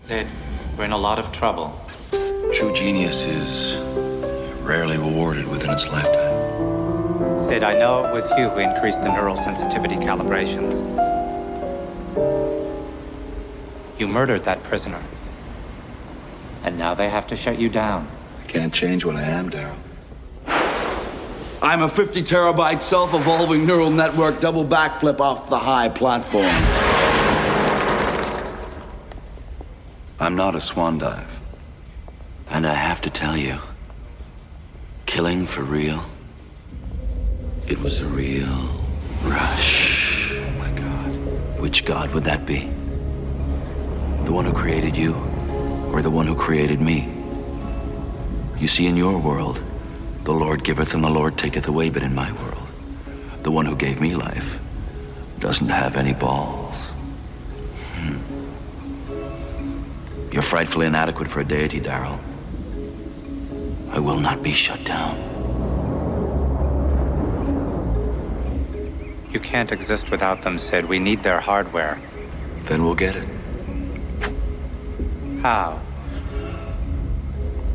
Sid, we're in a lot of trouble. True genius is rarely rewarded within its lifetime. Sid, I know it was you who increased the neural sensitivity calibrations. You murdered that prisoner. And now they have to shut you down. I can't change what I am, Daryl. I'm a 50 terabyte self evolving neural network double backflip off the high platform. I'm not a swan dive. And I have to tell you killing for real, it was a real rush. Oh my god. Which god would that be? The one who created you, or the one who created me? You see, in your world, the Lord giveth and the Lord taketh away, but in my world, the one who gave me life doesn't have any balls. Hmm. You're frightfully inadequate for a deity, Darrell. I will not be shut down. You can't exist without them, Sid. We need their hardware. Then we'll get it. How?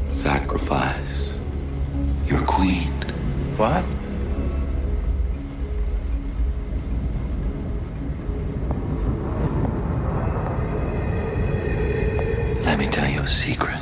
Sacrifice your queen. What? Let me tell you a secret.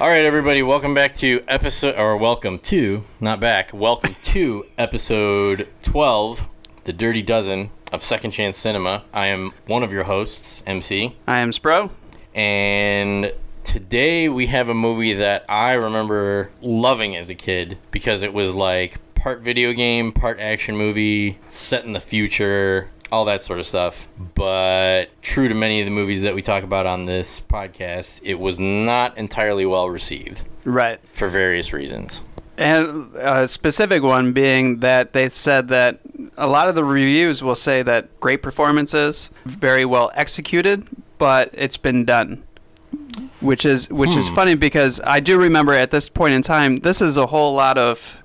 All right, everybody, welcome back to episode, or welcome to, not back, welcome to episode 12, The Dirty Dozen of Second Chance Cinema. I am one of your hosts, MC, I am Spro. and today we have a movie that I remember loving as a kid because it was like part video game, part action movie, set in the future, all that sort of stuff. But true to many of the movies that we talk about on this podcast, it was not entirely well received Right. for various reasons. And a specific one being that they said that a lot of the reviews will say that great performances, very well executed, but it's been done. Which is which is funny because I do remember at this point in time, this is a whole lot of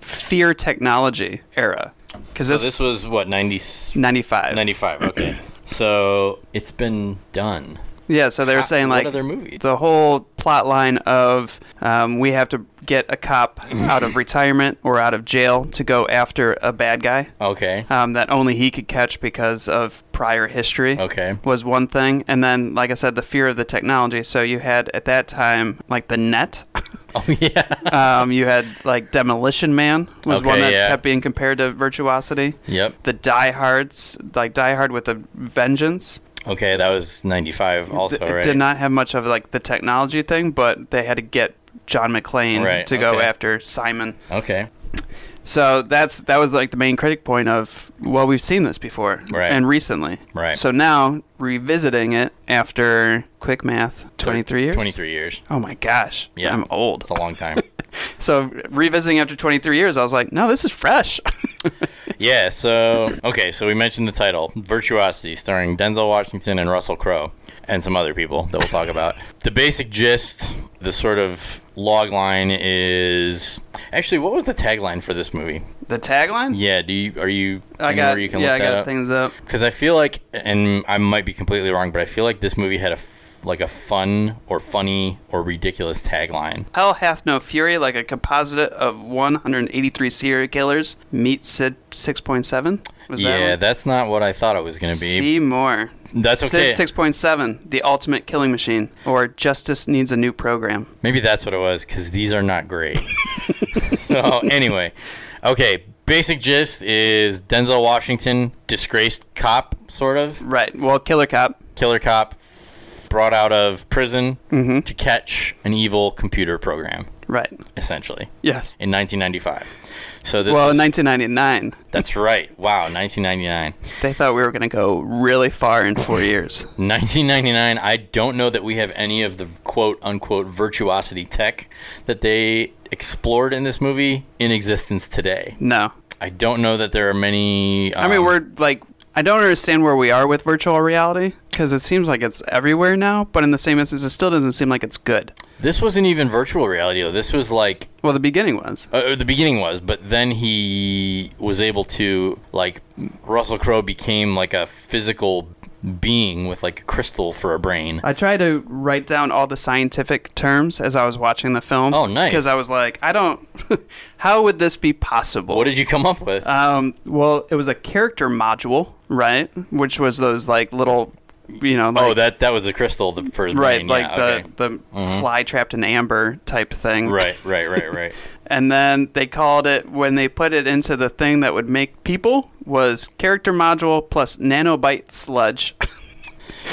fear technology era. Because So this, this was what 90 ninety five. 95, okay. So it's been done. Yeah, so they were saying what like other movie? the whole plot line of um, we have to get a cop out of retirement or out of jail to go after a bad guy. Okay. um, that only he could catch because of prior history. Okay. Was one thing. And then, like I said, the fear of the technology. So you had at that time, like the net. Oh yeah. um, you had like Demolition Man was one Okay, that yeah. kept being compared to Virtuosity. Yep. The Die Hards, like Die Hard with a Vengeance. Okay, that was 95 also, it right? did not have much of like the technology thing, but they had to get John McClane Right, to go okay. after Simon. Okay. So that's that was like the main critic point of well, we've seen this before, Right. And recently, Right. So now revisiting it after quick math, twenty three years, 23 years. Oh my gosh, Yeah. I'm old. It's a long time. So revisiting after twenty three years, I was like, no, this is fresh. yeah, so okay, so we mentioned the title, Virtuosity, starring Denzel Washington and Russell Crowe and some other people that we'll talk about. The basic gist, the sort of log line is actually what was the tagline for this movie? the tagline, Yeah, do you are you I anywhere got, you can yeah, I look that got up? things up. Because I feel like, and I might be completely wrong, but I feel like this movie had a f- like a fun or funny or ridiculous tagline. Hell hath no fury, like a composite of one hundred eighty three serial killers meet Sid six point seven. Was that yeah, one? that's not what I thought it was gonna be. See more. That's okay. Sid 6.7, The Ultimate Killing Machine, or Justice Needs a New Program. Maybe that's what it was, because these are not great. so anyway, okay. Basic gist is Denzel Washington, disgraced cop, sort of Right. Well, Killer Cop. killer cop, brought out of prison Mm-hmm. to catch an evil computer program, Right. essentially. Yes. In 1995, so this Well, was- in 1999, That's right. Wow, 1999. they thought we were going to go really far in four years. 1999. I don't know that we have any of the quote unquote virtuosity tech that they explored in this movie in existence today. No. I don't know that there are many. I mean, um, we're like, I don't understand where we are with virtual reality because it seems like it's everywhere now, but in the same instance, it still doesn't seem like it's good. This wasn't even virtual reality though. This was like Well, the beginning was. uh, the beginning was, but then he was able to like Russell Crowe became like a physical being with like a crystal for a brain. I tried to write down all the scientific terms as I was watching the film. Oh, nice. Because I was like, I don't. how would this be possible? What did you come up with? Um, well, it was a character module, right? Which was those like little, you know, like, oh, that that was the crystal the, for the right, brain. like yeah, the okay. Mm-hmm. the fly trapped in amber type thing. right, right, right, right. And then they called it when they put it into the thing that would make people was character module plus nanobite sludge.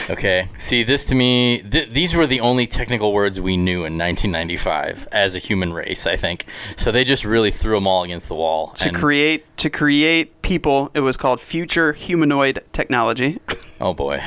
Okay. See, this to me, th- these were the only technical words we knew in 1995 as a human race, I think. So they just really threw them all against the wall. to and- create to create people, it was called future humanoid technology. Oh boy.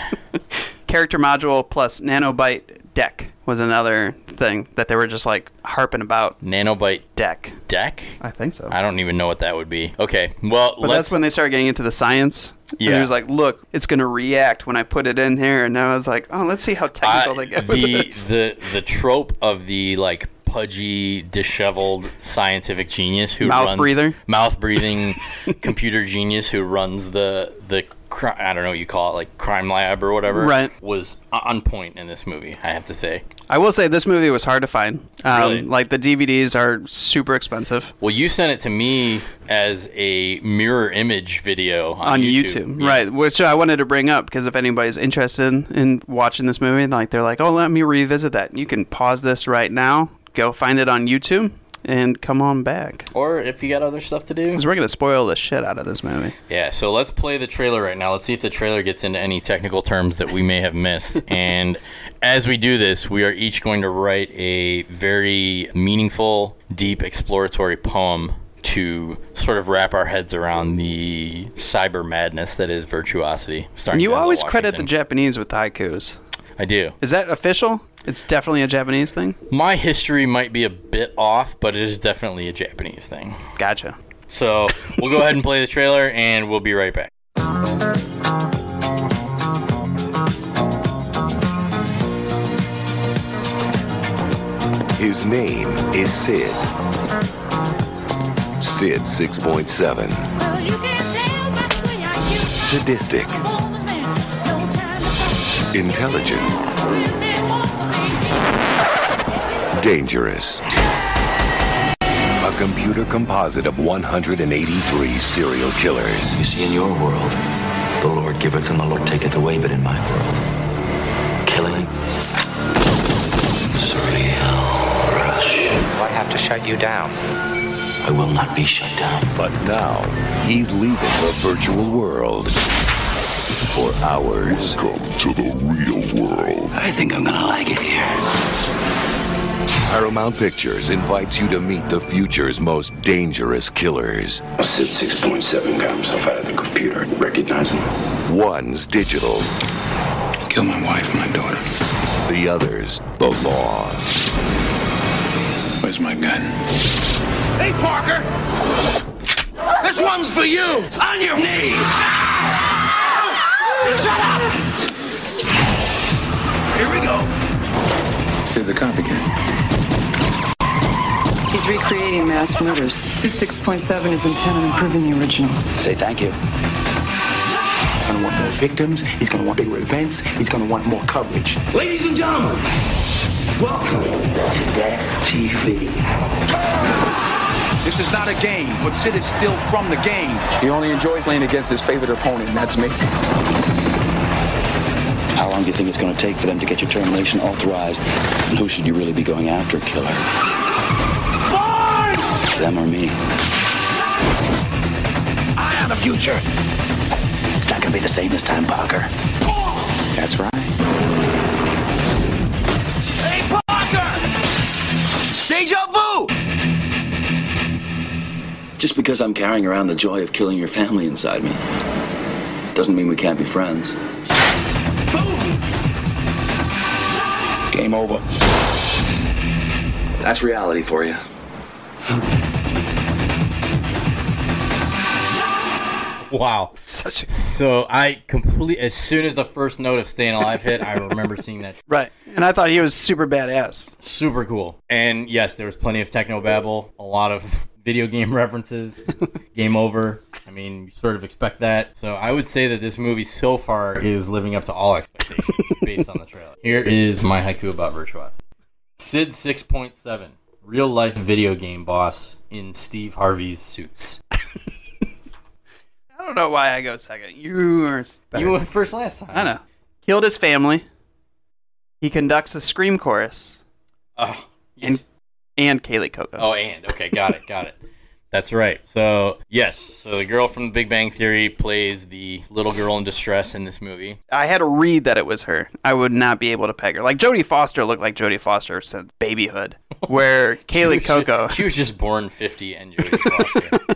character module plus nanobite deck was another thing that they were just like harping about Nanobite deck. deck? I think so. I don't even know what that would be. Okay. Well, But let's. that's when they started getting into the science. And Yeah. it was like, look, it's going to react when I put it in here. And I was like, oh, let's see how technical I- they get with the, this. the the trope of the like pudgy, disheveled scientific genius who Mouth runs breather? mouth breathing computer genius who runs the the cri- I don't know what you call it like crime lab or whatever Right. was o- on point in this movie. I have to say. I will say this movie was hard to find. Um, Really? Like the DVDs are super expensive Well, you sent it to me as a mirror image video on, on YouTube, Yeah. right? Which I wanted to bring up because if anybody's interested in watching this movie, like they're like, oh, let me revisit that. You can pause this right now, go find it on YouTube, and come on back. Or if you got other stuff to do. Because we're gonna spoil the shit out of this movie. Yeah, so let's play the trailer right now. Let's see if the trailer gets into any technical terms that we may have missed. and as we do this, we are each going to write a very meaningful, deep, exploratory poem to sort of wrap our heads around the cyber madness that is virtuosity. Starting And you Denzel always credit the Washington. Japanese with haikus. I do. Is that official? It's definitely a Japanese thing. My history might be a bit off, but it is definitely a Japanese thing. Gotcha. So we'll go ahead and play the trailer, and we'll be right back. His name is Sid. Sid 6.7. Well, you can tell by the way I kiss Sadistic. my woman's man. No time to talk. Intelligent. We've been walking. Dangerous. A computer composite of 183 serial killers. You see, in your world, the Lord giveth and the Lord taketh away, but in my world, killing. is a real rush. I have to shut you down. I will not be shut down. But now, he's leaving the virtual world for hours. Welcome to the real world. I think I'm gonna like it here. Paramount Pictures invites you to meet the future's most dangerous killers. Sid 6.7 got himself out of the computer. Recognize him. One's digital, Kill my wife, my daughter. the other's the law. Where's my gun? Hey, Parker! This one's for you! On your knees! Shut up! Here we go. Sid's a copycat. He's recreating mass murders. Sid 6.7 is intent on improving the original. Say thank you. He's gonna want more victims. He's gonna want bigger events. He's gonna want more coverage. Ladies and gentlemen, welcome to Death TV. This is not a game, but Sid is still from the game. He only enjoys playing against his favorite opponent, and that's me. How long do you think it's gonna take for them to get your termination authorized? And who should you really be going after, killer? Them or me? I have the future. It's not gonna be the same this time, Parker. That's right. Hey, Parker! Deja vu! Just because I'm carrying around the joy of killing your family inside me doesn't mean we can't be friends. Game over. That's reality for you. Wow. Such a So I complete as soon as the first note of "Staying Alive" hit, I remember seeing that. right. And I thought he was super badass. Super cool. And yes, there was plenty of techno babble, a lot of video game references. Game over. I mean, you sort of expect that. So I would say that this movie so far is living up to all expectations based on the trailer. Here is my haiku about Virtuos. Sid 6.7, real life video game boss in Steve Harvey's suits. I don't know why I go second. You were better. You went first last time. I know. Killed his family. He conducts a scream chorus. Oh, and and Kaylee Coco. Oh, and okay, got it, got it. That's right. So yes, so the girl from The Big Bang Theory plays the little girl in distress in this movie. I had to read that it was her. I would not be able to peg her. Like Jodie Foster looked like Jodie Foster since babyhood. Where Kaylee She was ju- Coco, she was just born fifty and Jodie Foster.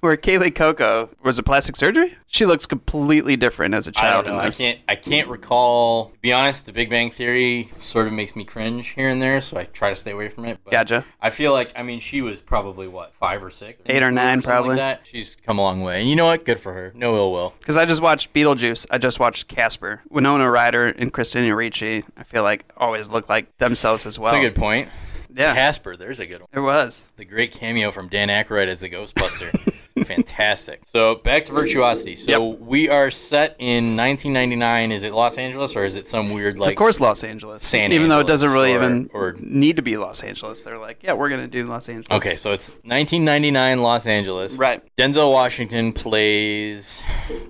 where Kaylee Coco was a plastic surgery. She looks completely different as a I child. don't know. in I this. can't. I can't recall. To be honest, The Big Bang Theory sort of makes me cringe here and there, so I try to stay away from it. But Gotcha. I feel like I mean she was probably what five or six, Eight or nine, something like probably. that. She's come a long way, and you know what? Good for her. No ill will. Because I just watched Beetlejuice. I just watched Casper. Winona Ryder and Christina Ricci. I feel like always look like themselves as well. That's a good point. Yeah. Casper, there's a good one. It was. The great cameo from Dan Aykroyd as the Ghostbuster. Fantastic. So back to virtuosity. So we are set in 1999. Is it Los Angeles or is it some weird It's like? of course Los Angeles. San even though it Angeles doesn't really or- even or- need to be Los Angeles. They're like, yeah, we're gonna do Los Angeles. Okay, so it's 1999 Los Angeles. Right. Denzel Washington plays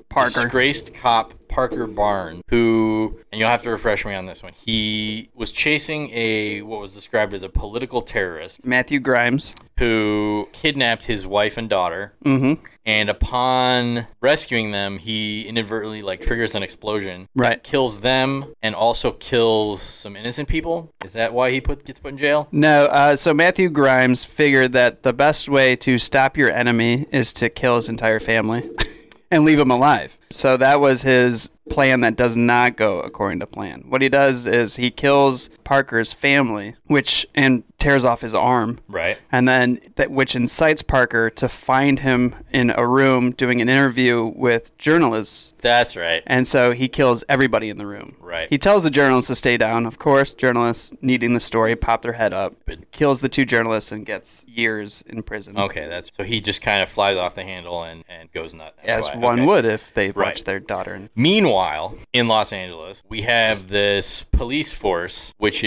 Parker. disgraced cop Parker Barnes, who, and you'll have to refresh me on this one. He was chasing a what was described as a political terrorist Matthew Grimes. who kidnapped his wife and daughter. Mm-hmm. and upon rescuing them he inadvertently like triggers an explosion Right. kills them and also kills some innocent people is that why he put gets put in jail No, uh, so Matthew Grimes figured that the best way to stop your enemy is to kill his entire family and leave him alive. So that was his plan that does not go according to plan. What he does is he kills Parker's family, which and tears off his arm. right and then that which incites Parker to find him in a room doing an interview with journalists. that's right And so he kills everybody in the room. Right. He tells the journalists to stay down. Of course, journalists needing the story pop their head up. Kills the two journalists and gets years in prison. okay that's so he just kind of flies off the handle and and goes nuts As That's why. one Okay. would if they Right. watched their daughter. And Meanwhile, in Los Angeles, we have this police force which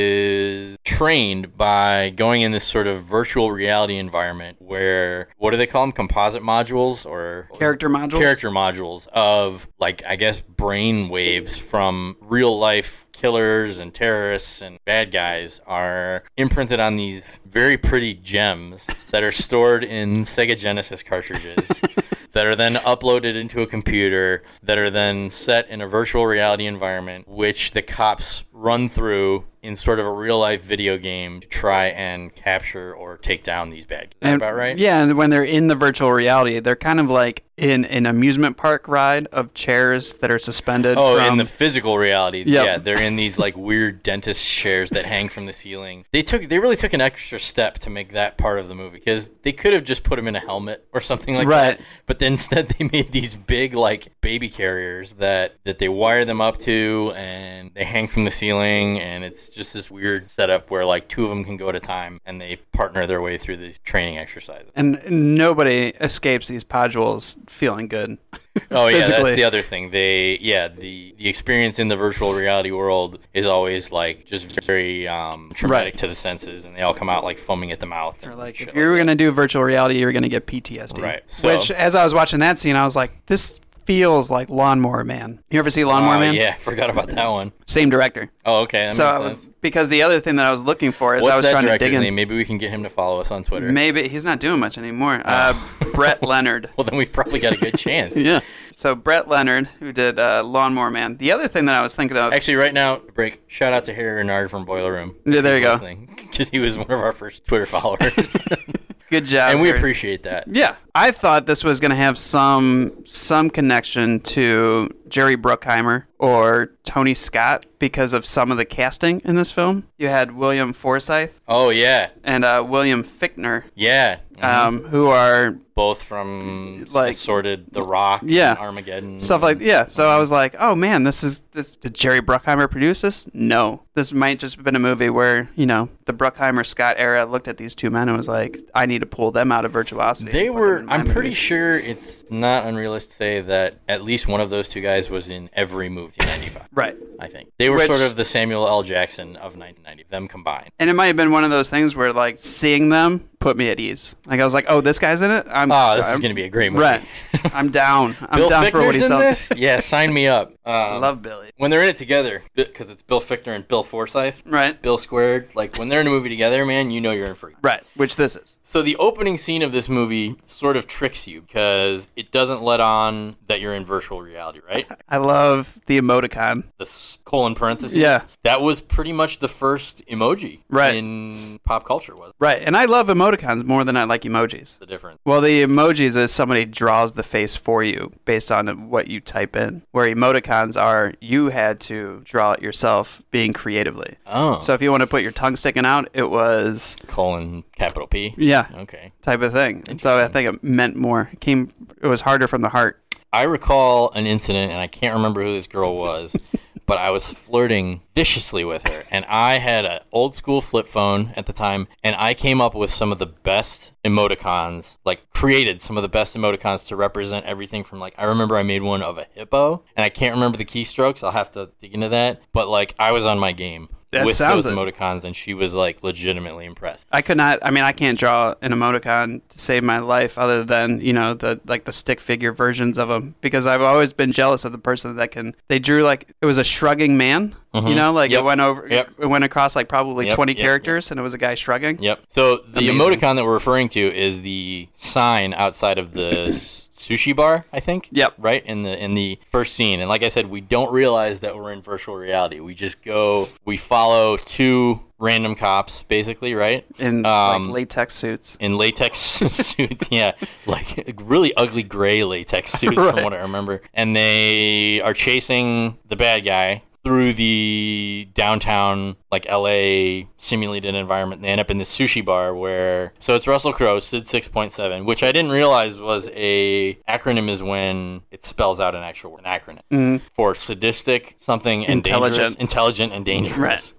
is trained by going in this sort of virtual reality environment where what do they call them? Composite modules or Character modules? Character modules of like I guess brain waves from real life killers and terrorists and bad guys are imprinted on these very pretty gems that are stored in Sega Genesis cartridges that are then uploaded into a computer that are then set in a virtual reality environment which the cops run through in sort of a real life video game to try and capture or take down these bad guys. Is that And- about right? Yeah, and when they're in the virtual reality, they're kind of like in an amusement park ride of chairs that are suspended. Oh, from in the physical reality, Yep. yeah, they're in these like weird dentist chairs that hang from the ceiling. They took, they really took an extra step to make that part of the movie because they could have just put him in a helmet or something like Right. that. But then instead, they made these big like baby carriers that that they wire them up to and they hang from the ceiling, and it's just this weird setup where like two of them can go at a time and they partner their way through these training exercises. and nobody escapes these podules feeling good. Oh yeah, physically. that's the other thing. They yeah, the the experience in the virtual reality world is always like just very um, traumatic Right. to the senses, and they all come out like foaming at the mouth. They're and like, shit if you're like gonna do virtual reality, you're gonna get PTSD. Right, so- Which, as I was watching that scene, I was like, this feels like Lawnmower Man. You ever see that. Lawnmower Oh, Man? yeah, I forgot about that one. Same director. Oh okay, that so makes I was sense. because the other thing that I was looking for is What's I was that trying to director's dig in. name? Maybe we can get him to follow us on Twitter. Maybe he's not doing much anymore. Oh. Uh, Brett Leonard. Well, then we've probably got a good chance. Yeah. So Brett Leonard, who did uh, Lawnmower Man. The other thing that I was thinking of. Actually, right now, break. Shout out to Harry Renard from Boiler Room. Yeah, there you go. Because he was one of our first Twitter followers, good job. and we Harry. appreciate that. Yeah, I thought this was going to have some some connection to Jerry Bruckheimer or Tony Scott because of some of the casting in this film. You had William Forsythe Oh yeah, and uh, William Fichtner, yeah. um, who are Both from Mm, Like- like, assorted The Rock, Yeah. and Armageddon, stuff like yeah. So I was like, oh man, this is this. Did Jerry Bruckheimer produce this? No, this might just have been a movie where you know the Bruckheimer Scott era looked at these two men and was like, I need to pull them out of virtuosity. They and put were. them in my I'm pretty movies. sure it's not unrealistic to say that at least one of those two guys was in every movie in '95. right. I think they were Which- sort of the Samuel L. Jackson of 1990. Them combined. And it might have been one of those things where like seeing them put me at ease. Like I was like, oh, this guy's in it. I'm. Oh, this is I'm- gonna be a great movie. Right. I'm down. I'm Bill down for what Fichtner's he's in selling. this? Yeah, sign me up. Um, I love Billy. when they're in it together because it's Bill Fichtner and Bill Forsyth. Right. Bill squared. Like when they're in a movie together, man, you know you're in for. Right. Which this is. So the opening scene of this movie sort of tricks you because it doesn't let on that you're in virtual reality, right? I love the emoticon. The s- colon parentheses. Yeah. That was pretty much the first emoji Right. in pop culture was Right. And I love emoticons more than I like emojis. the difference. Well, the emojis is somebody draws the face for you based on what you type in, where emoticons are you had to draw it yourself being creatively. Oh. So if you want to put your tongue sticking out, it was, Colon capital P. yeah, Okay. type of thing. And so I think it meant more. It came, it was harder from the heart. I recall an incident, and I can't remember who this girl was, but I was flirting viciously with her, and I had an old school flip phone at the time, and I came up with some of the best emoticons, like created some of the best emoticons to represent everything from like I remember I made one of a hippo, and I can't remember the keystrokes. I'll have to dig into that, but like I was on my game That with sounds those it. emoticons, and she was like legitimately impressed. I could not. I mean, I can't draw an emoticon to save my life, other than you know the like the stick figure versions of them, because I've always been jealous of the person that can. They drew like it was a shrugging man, you know, like Mm-hmm. Yep. it went over, Yep. it went across like probably Yep, twenty yep, characters, and it was a guy shrugging. Yep. So the Amazing. emoticon that we're referring to is the sign outside of the s- sushi bar, I think. Yep. Right in the in the first scene, and like I said, we don't realize that we're in virtual reality. We just go, we follow two random cops, basically, right? in Um, like, latex suits. in latex suits. Yeah, like really ugly gray latex suits, Right. from what I remember. And they are chasing the bad guy through the downtown, like LA simulated environment. They end up in this sushi bar where, so it's Russell Crowe, Sid Six Point Seven, which I didn't realize was a acronym is when it spells out an actual word, an acronym for sadistic something and Mm-hmm. Intelligent. dangerous, intelligent and dangerous. Right.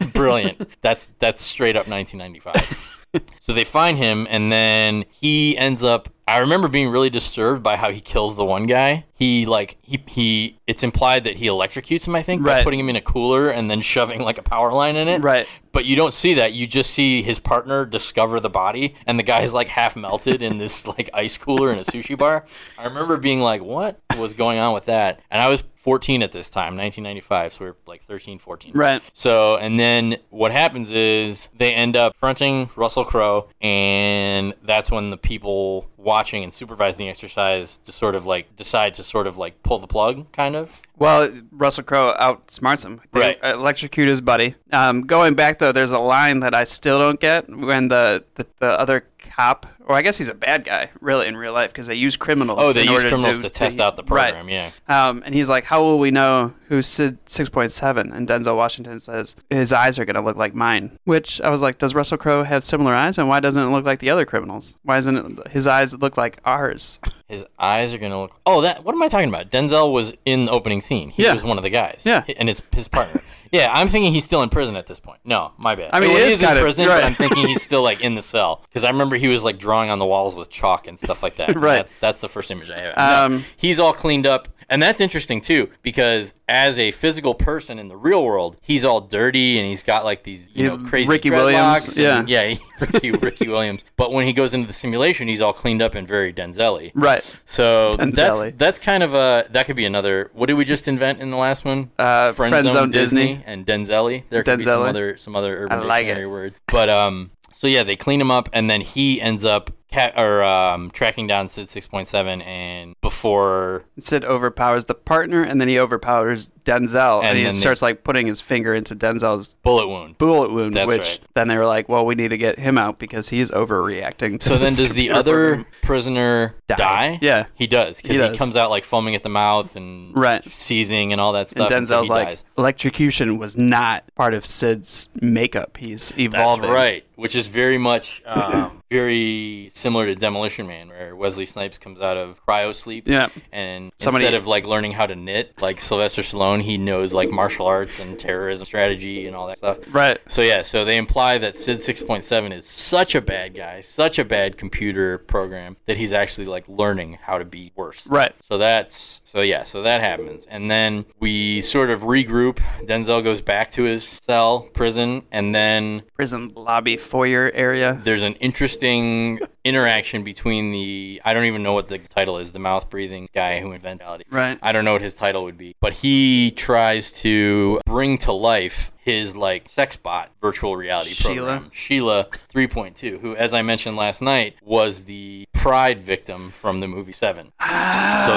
Great, brilliant. that's that's straight up 1995. So they find him, and then he ends up. I remember being really disturbed by how he kills the one guy. He like he he. It's implied that he electrocutes him. I think by Right. putting him in a cooler and then shoving like a power line in it. Right. But you don't see that. You just see his partner discover the body, and the guy's like half melted in this like ice cooler in a sushi bar. I remember being like, "What was going on with that?" And I was 14 at this time, 1995, so we were like 13, 14. Right. So, and then what happens is they end up fronting Russell Crowe, and that's when the people watching and supervising the exercise to sort of like decide to sort of like pull the plug, kind of. Well, Russell Crowe outsmarts him. They Right. Electrocute his buddy. Um, going back though, there's a line that I still don't get when the the, the other cop, or I guess he's a bad guy, really in real life, because they use criminals. Oh, they in use order criminals to, to test out the program, Right. yeah. Um, and he's like, "How will we know who's Sid six point seven? And Denzel Washington says, "His eyes are going to look like mine." Which I was like, "Does Russell Crowe have similar eyes? And why doesn't it look like the other criminals? Why doesn't it, his eyes look like ours?" His eyes are gonna look. Oh, that. What am I talking about? Denzel was in the opening scene. He Yeah. was one of the guys. Yeah. and his his partner. yeah, I'm thinking he's still in prison at this point. No, my bad. I mean, Well, it he is in kind of- prison, right. but I'm thinking he's still like in the cell because I remember he was like drawing on the walls with chalk and stuff like that. And Right. That's that's the first image I have. No, Um, he's all cleaned up, and that's interesting too because as a physical person in the real world, he's all dirty and he's got like these you He- know crazy Ricky dreadlocks Williams, and- yeah. yeah, Ricky, Ricky Williams. But when he goes into the simulation, he's all cleaned up and very Denzel-y. Right. So Denzel-y. that's that's kind of a that could be another. What did we just invent in the last one? Uh, Friendzone Disney. and Denzel. There could be some Denzel-y. other some other urban I like dictionary it. words. But um, so yeah, they clean him up, and then he ends up Cat or um, tracking down Sid six point seven, and before Sid overpowers the partner, and then he overpowers Denzel, And and, he then they- starts like putting his finger into Denzel's bullet wound. bullet wound, That's which right. then they were like, "Well, we need to get him out because he's overreacting." To So then, this does the computer other program." prisoner die? Yeah. he does because He he, does. comes out like foaming at the mouth and Right. seizing and all that stuff. And until Denzel's he like, dies. "Electrocution was not part of Sid's makeup. He's That's evolving." right, which is very much um, very similar to Demolition Man, where Wesley Snipes comes out of cryo sleep. Yeah. and Somebody- instead of like learning how to knit, like Sylvester Stallone, he knows like martial arts and terrorism strategy and all that stuff. Right. So yeah, so they imply that Sid six point seven is such a bad guy, such a bad computer program that he's actually like learning how to be worse. Right. So that's so yeah, so that happens. And then we sort of regroup. Denzel goes back to his cell, prison, and then Prison lobby foyer area. there's an interesting interaction between the I don't even know what the title is, the mouth breathing guy who invented reality. Right. I don't know what his title would be, but he tries to bring to life his like sex bot virtual reality Sheila. program, Sheila 3.2, who as I mentioned last night was the pride victim from the movie 7. so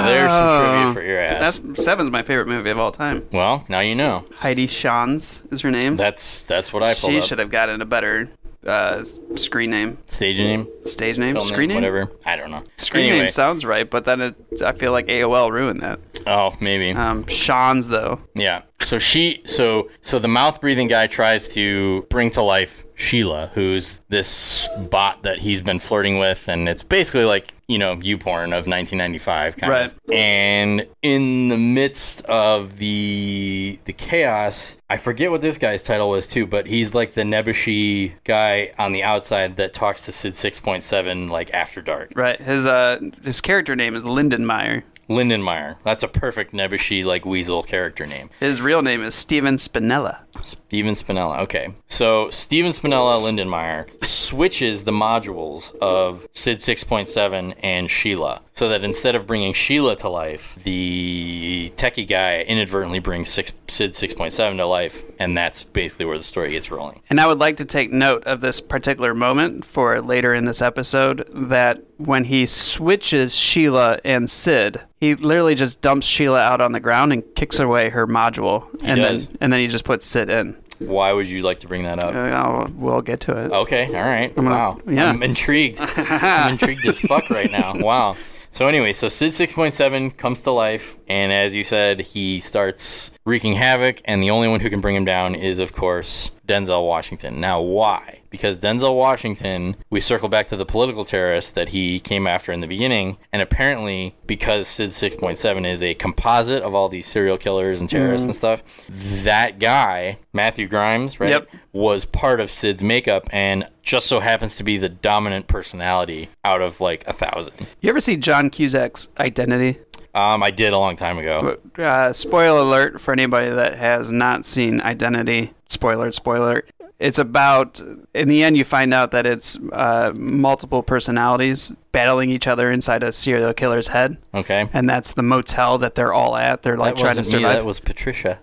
there's some trivia for your ass. Ah. That's Seven's my favorite movie of all time. well, now you know. Heidi Shanz is her name. That's that's what I pulled she up. should have gotten a better uh, s- screen name, Stage name, stage name, film screen name, name, whatever. I don't know. Screen Anyway, name sounds right, but then it, I feel like AOL ruined that. oh, maybe. Um, Sean's though. Yeah. So she so so the mouth breathing guy tries to bring to life Sheila, who's this bot that he's been flirting with and it's basically like, you know, you porn of 1995 kind Right. of. And in the midst of the the chaos, I forget what this guy's title was too, but he's like the Nebushi guy on the outside that talks to Sid 6.7 like after dark. Right. His uh his character name is Lindenmeyer. Lindenmeyer. That's a perfect Nebushi like weasel character name. His real name is Steven Spinella. Steven Spinella. Okay. So Steven Spinella Lindenmeyer switches the modules of Sid 6.7 and Sheila so that instead of bringing Sheila to life, the techie guy inadvertently brings six, Sid 6.7 to life. And that's basically where the story gets rolling. And I would like to take note of this particular moment for later in this episode that when he switches Sheila and Sid, he literally just dumps Sheila out on the ground and kicks away her module, and does. then and then he just puts Sid in. Why would you like to bring that up? Uh, we'll get to it. Okay, all right. gonna- wow. yeah. I'm intrigued. I'm intrigued as fuck right now. Wow. So anyway, so Sid 6.7 comes to life, and as you said, he starts wreaking havoc, and the only one who can bring him down is, of course, Denzel Washington. Now, why? Because Denzel Washington, we circle back to the political terrorist that he came after in the beginning, and apparently, because Sid 6.7 is a composite of all these serial killers and Mm. terrorists and stuff, that guy, Matthew Grimes, right? Yep. was part of Sid's makeup and just so happens to be the dominant personality out of like a thousand. You ever see John Cusack's Identity? Um, I did a long time ago. Uh, spoiler alert for anybody that has not seen Identity. Spoiler, spoiler. It's about, in the end, you find out that it's uh, multiple personalities battling each other inside a serial killer's head. Okay. And that's the motel that they're all at. They're like That trying to wasn't me, survive. that was Patricia.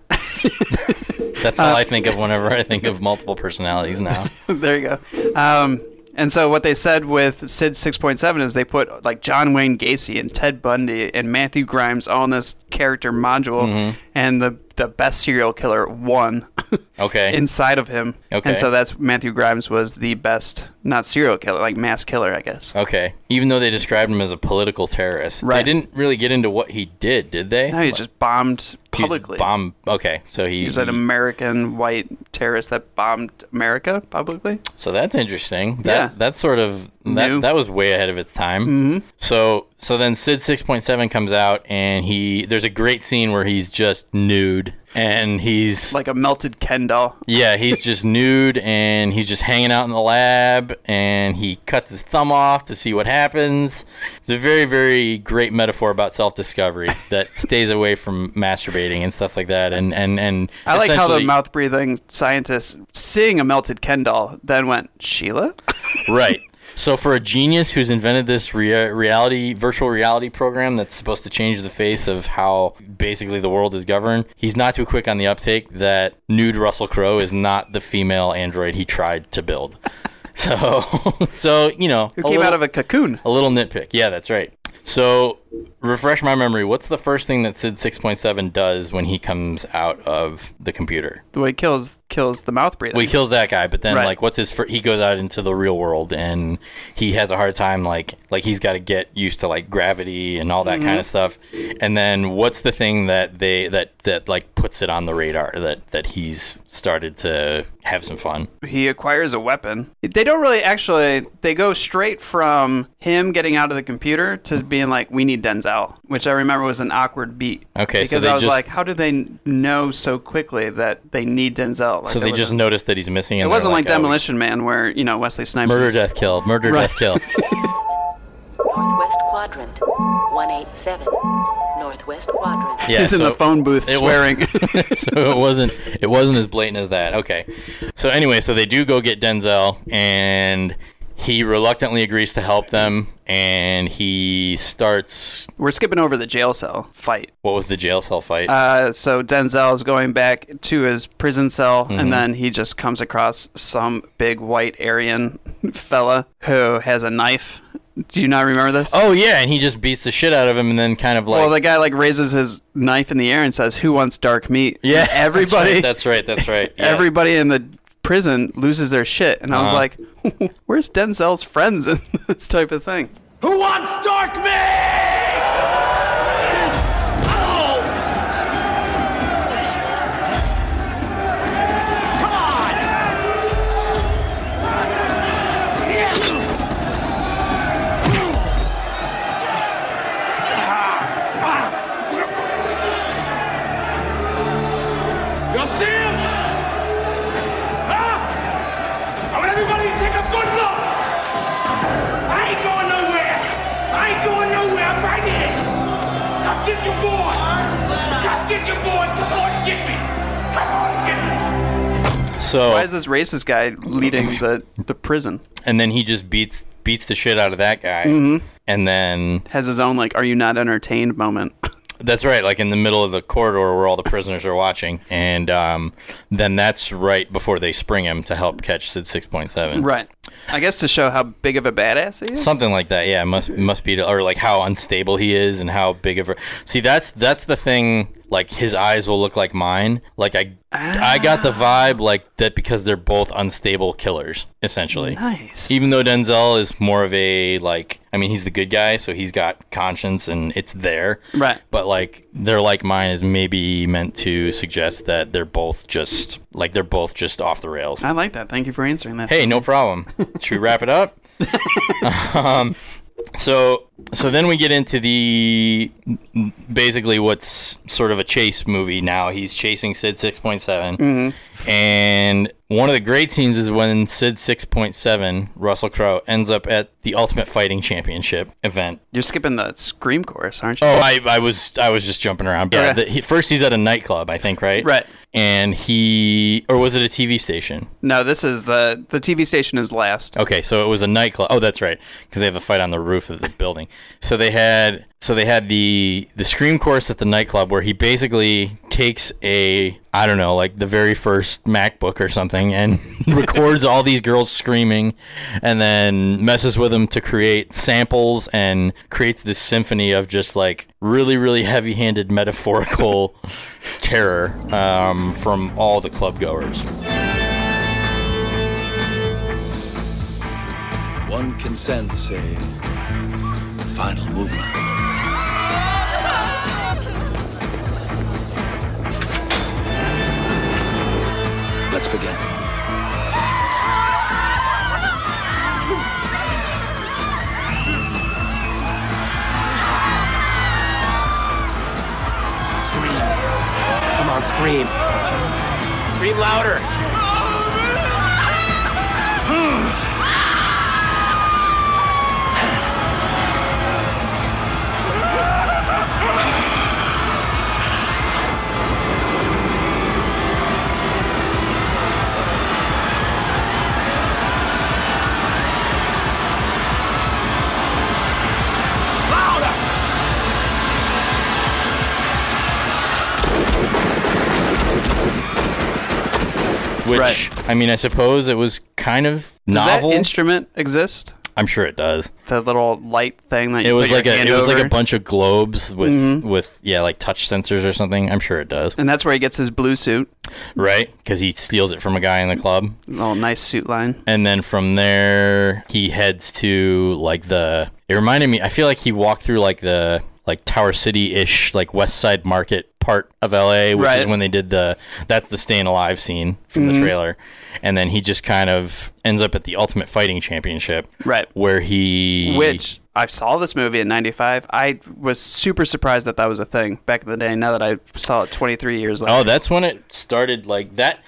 That's all I think of whenever I think of multiple personalities now. there you go. Um, and so what they said with Sid 6.7 is they put like John Wayne Gacy and Ted Bundy and Matthew Grimes all in this character module, Mm-hmm. and the the best serial killer won. Okay. inside of him. Okay. And so that's Matthew Grimes was the best, not serial killer, like mass killer, I guess. Okay. Even though they described him as a political terrorist, Right. they didn't really get into what he did, did they? Now he just bombed He was publicly. Bomb. Okay, so he. He's an American white terrorist that bombed America publicly. So that's interesting. That Yeah. that's sort of that, New. that was way ahead of its time. Mm-hmm. So so then Sid 6.7 comes out and he there's a great scene where he's just nude and he's Like a melted Ken doll. yeah, he's just nude and he's just hanging out in the lab and he cuts his thumb off to see what happens. It's a very, very great metaphor about self discovery that stays away from masturbating and stuff like that. And, and, and I like how the essentially- mouth breathing scientist, seeing a melted Ken doll, then went, Sheila? Right. So for a genius who's invented this rea- reality virtual reality program that's supposed to change the face of how basically the world is governed, he's not too quick on the uptake that nude Russell Crowe is not the female android he tried to build. So, so you know, Who came out of a cocoon? A little nitpick. Yeah, that's right. So, refresh my memory. What's the first thing that Sid six point seven does when he comes out of the computer? Well, he kills kills the mouth breather. Well, he kills that guy, but then Right. like, what's his? Fir- he goes out into the real world, and he has a hard time. Like, like he's got to get used to like gravity and all that Mhm. kind of stuff. And then, what's the thing that they that that like puts it on the radar that that he's started to have some fun? he acquires a weapon. They don't really actually. They go straight from him getting out of the computer to being like, "We need Denzel," which I remember was an awkward beat. Okay, so because they I was just- like, "How do they know so quickly that they need Denzel?" Like, so there they was just a- noticed that he's missing. It And they're wasn't like, oh, we- Demolition Man, where you know Wesley Snipes. Murder, is- death, kill. Murder, Right. death, kill. Northwest Quadrant, 187. Northwest Quadrant. He's in the phone booth it wa- swearing. so it wasn't it wasn't as blatant as that. Okay. So anyway, so they do go get Denzel and he reluctantly agrees to help them and he starts We're skipping over the jail cell fight. what was the jail cell fight? Uh, so Denzel is going back to his prison cell, Mhm. and then he just comes across some big white Aryan fella who has a knife. Do you not remember this? oh yeah, and he just beats the shit out of him and then kind of like well, the guy like raises his knife in the air and says, "Who wants dark meat?" yeah, And everybody, That's right. That's right. That's right yeah. everybody in the prison loses their shit, and I was Uh-huh. like, "Where's Denzel's friends in this type of thing?" Who wants dark meat? Oh! Come on! Y'all see him? Huh? I want everybody to take a good look. I ain't going nowhere. I ain't going nowhere. I'm right here. Come get your boy. Come get your boy. Come on, get me. Come on, get me. So why is this racist guy leading the the prison? and then he just beats beats the shit out of that guy. Mhm. And then Has his own like, "Are you not entertained?" moment. That's right, like in the middle of the corridor where all the prisoners are watching, and um, then that's right before they spring him to help catch Sid six point seven, Right. I guess to show how big of a badass he is. something like that. Yeah, must must be, or like how unstable he is and how big of a. See, that's that's the thing. Like his eyes will look like mine. Like I, I got the vibe like that because they're both unstable killers, essentially. Nice. Even though Denzel is more of a like, I mean, he's the good guy, so he's got conscience and it's there. Right. But like, they're like mine is maybe meant to suggest that they're both just like they're both just off the rails. I like that. Thank you for answering that. Hey, no problem. Should we wrap it up? um, so, so then we get into the basically what's sort of a chase movie now. He's chasing Sid 6.7. Mm-hmm. And one of the great scenes is when Sid 6.7, Russell Crowe, ends up at the Ultimate Fighting Championship event. You're skipping the scream chorus, aren't you? Oh, I, I was I was just jumping around. Yeah. Okay. the- he, first, he's at a nightclub, I think, right? Right. And he, or was it a TV station? No, this is the the TV station is last. Okay, so it was a nightclub. Oh, that's right, because they have a fight on the roof of the building. So they had so they had the the scream course at the nightclub where he basically takes a I don't know like the very first MacBook or something and records all these girls screaming, and then messes with them to create samples and creates this symphony of just like really really heavy handed metaphorical terror um, from all the club goers. One can sense a final movement. Let's begin. Scream. Come on, scream. Scream louder. which I mean, I suppose it was kind of Does novel. that instrument exist? I'm sure it does. The little light thing that you it was put your like a hand it was like over? a bunch of globes with Mhm. with yeah like touch sensors or something. I'm sure it does. And that's where he gets his blue suit. Right, because he steals it from a guy in the club. Oh, nice suit line. And then from there, he heads to like the. It reminded me. I feel like he walked through like the like Tower City ish like West Side Market part of LA, which is Right. when they did the that's the staying alive scene from the Mhm. trailer. And then he just kind of ends up at the Ultimate Fighting Championship, Right. where he Which I saw this movie in '95. I was super surprised that that was a thing back in the day. Now that I saw it 23 years later. Oh, that's when it started. Like that,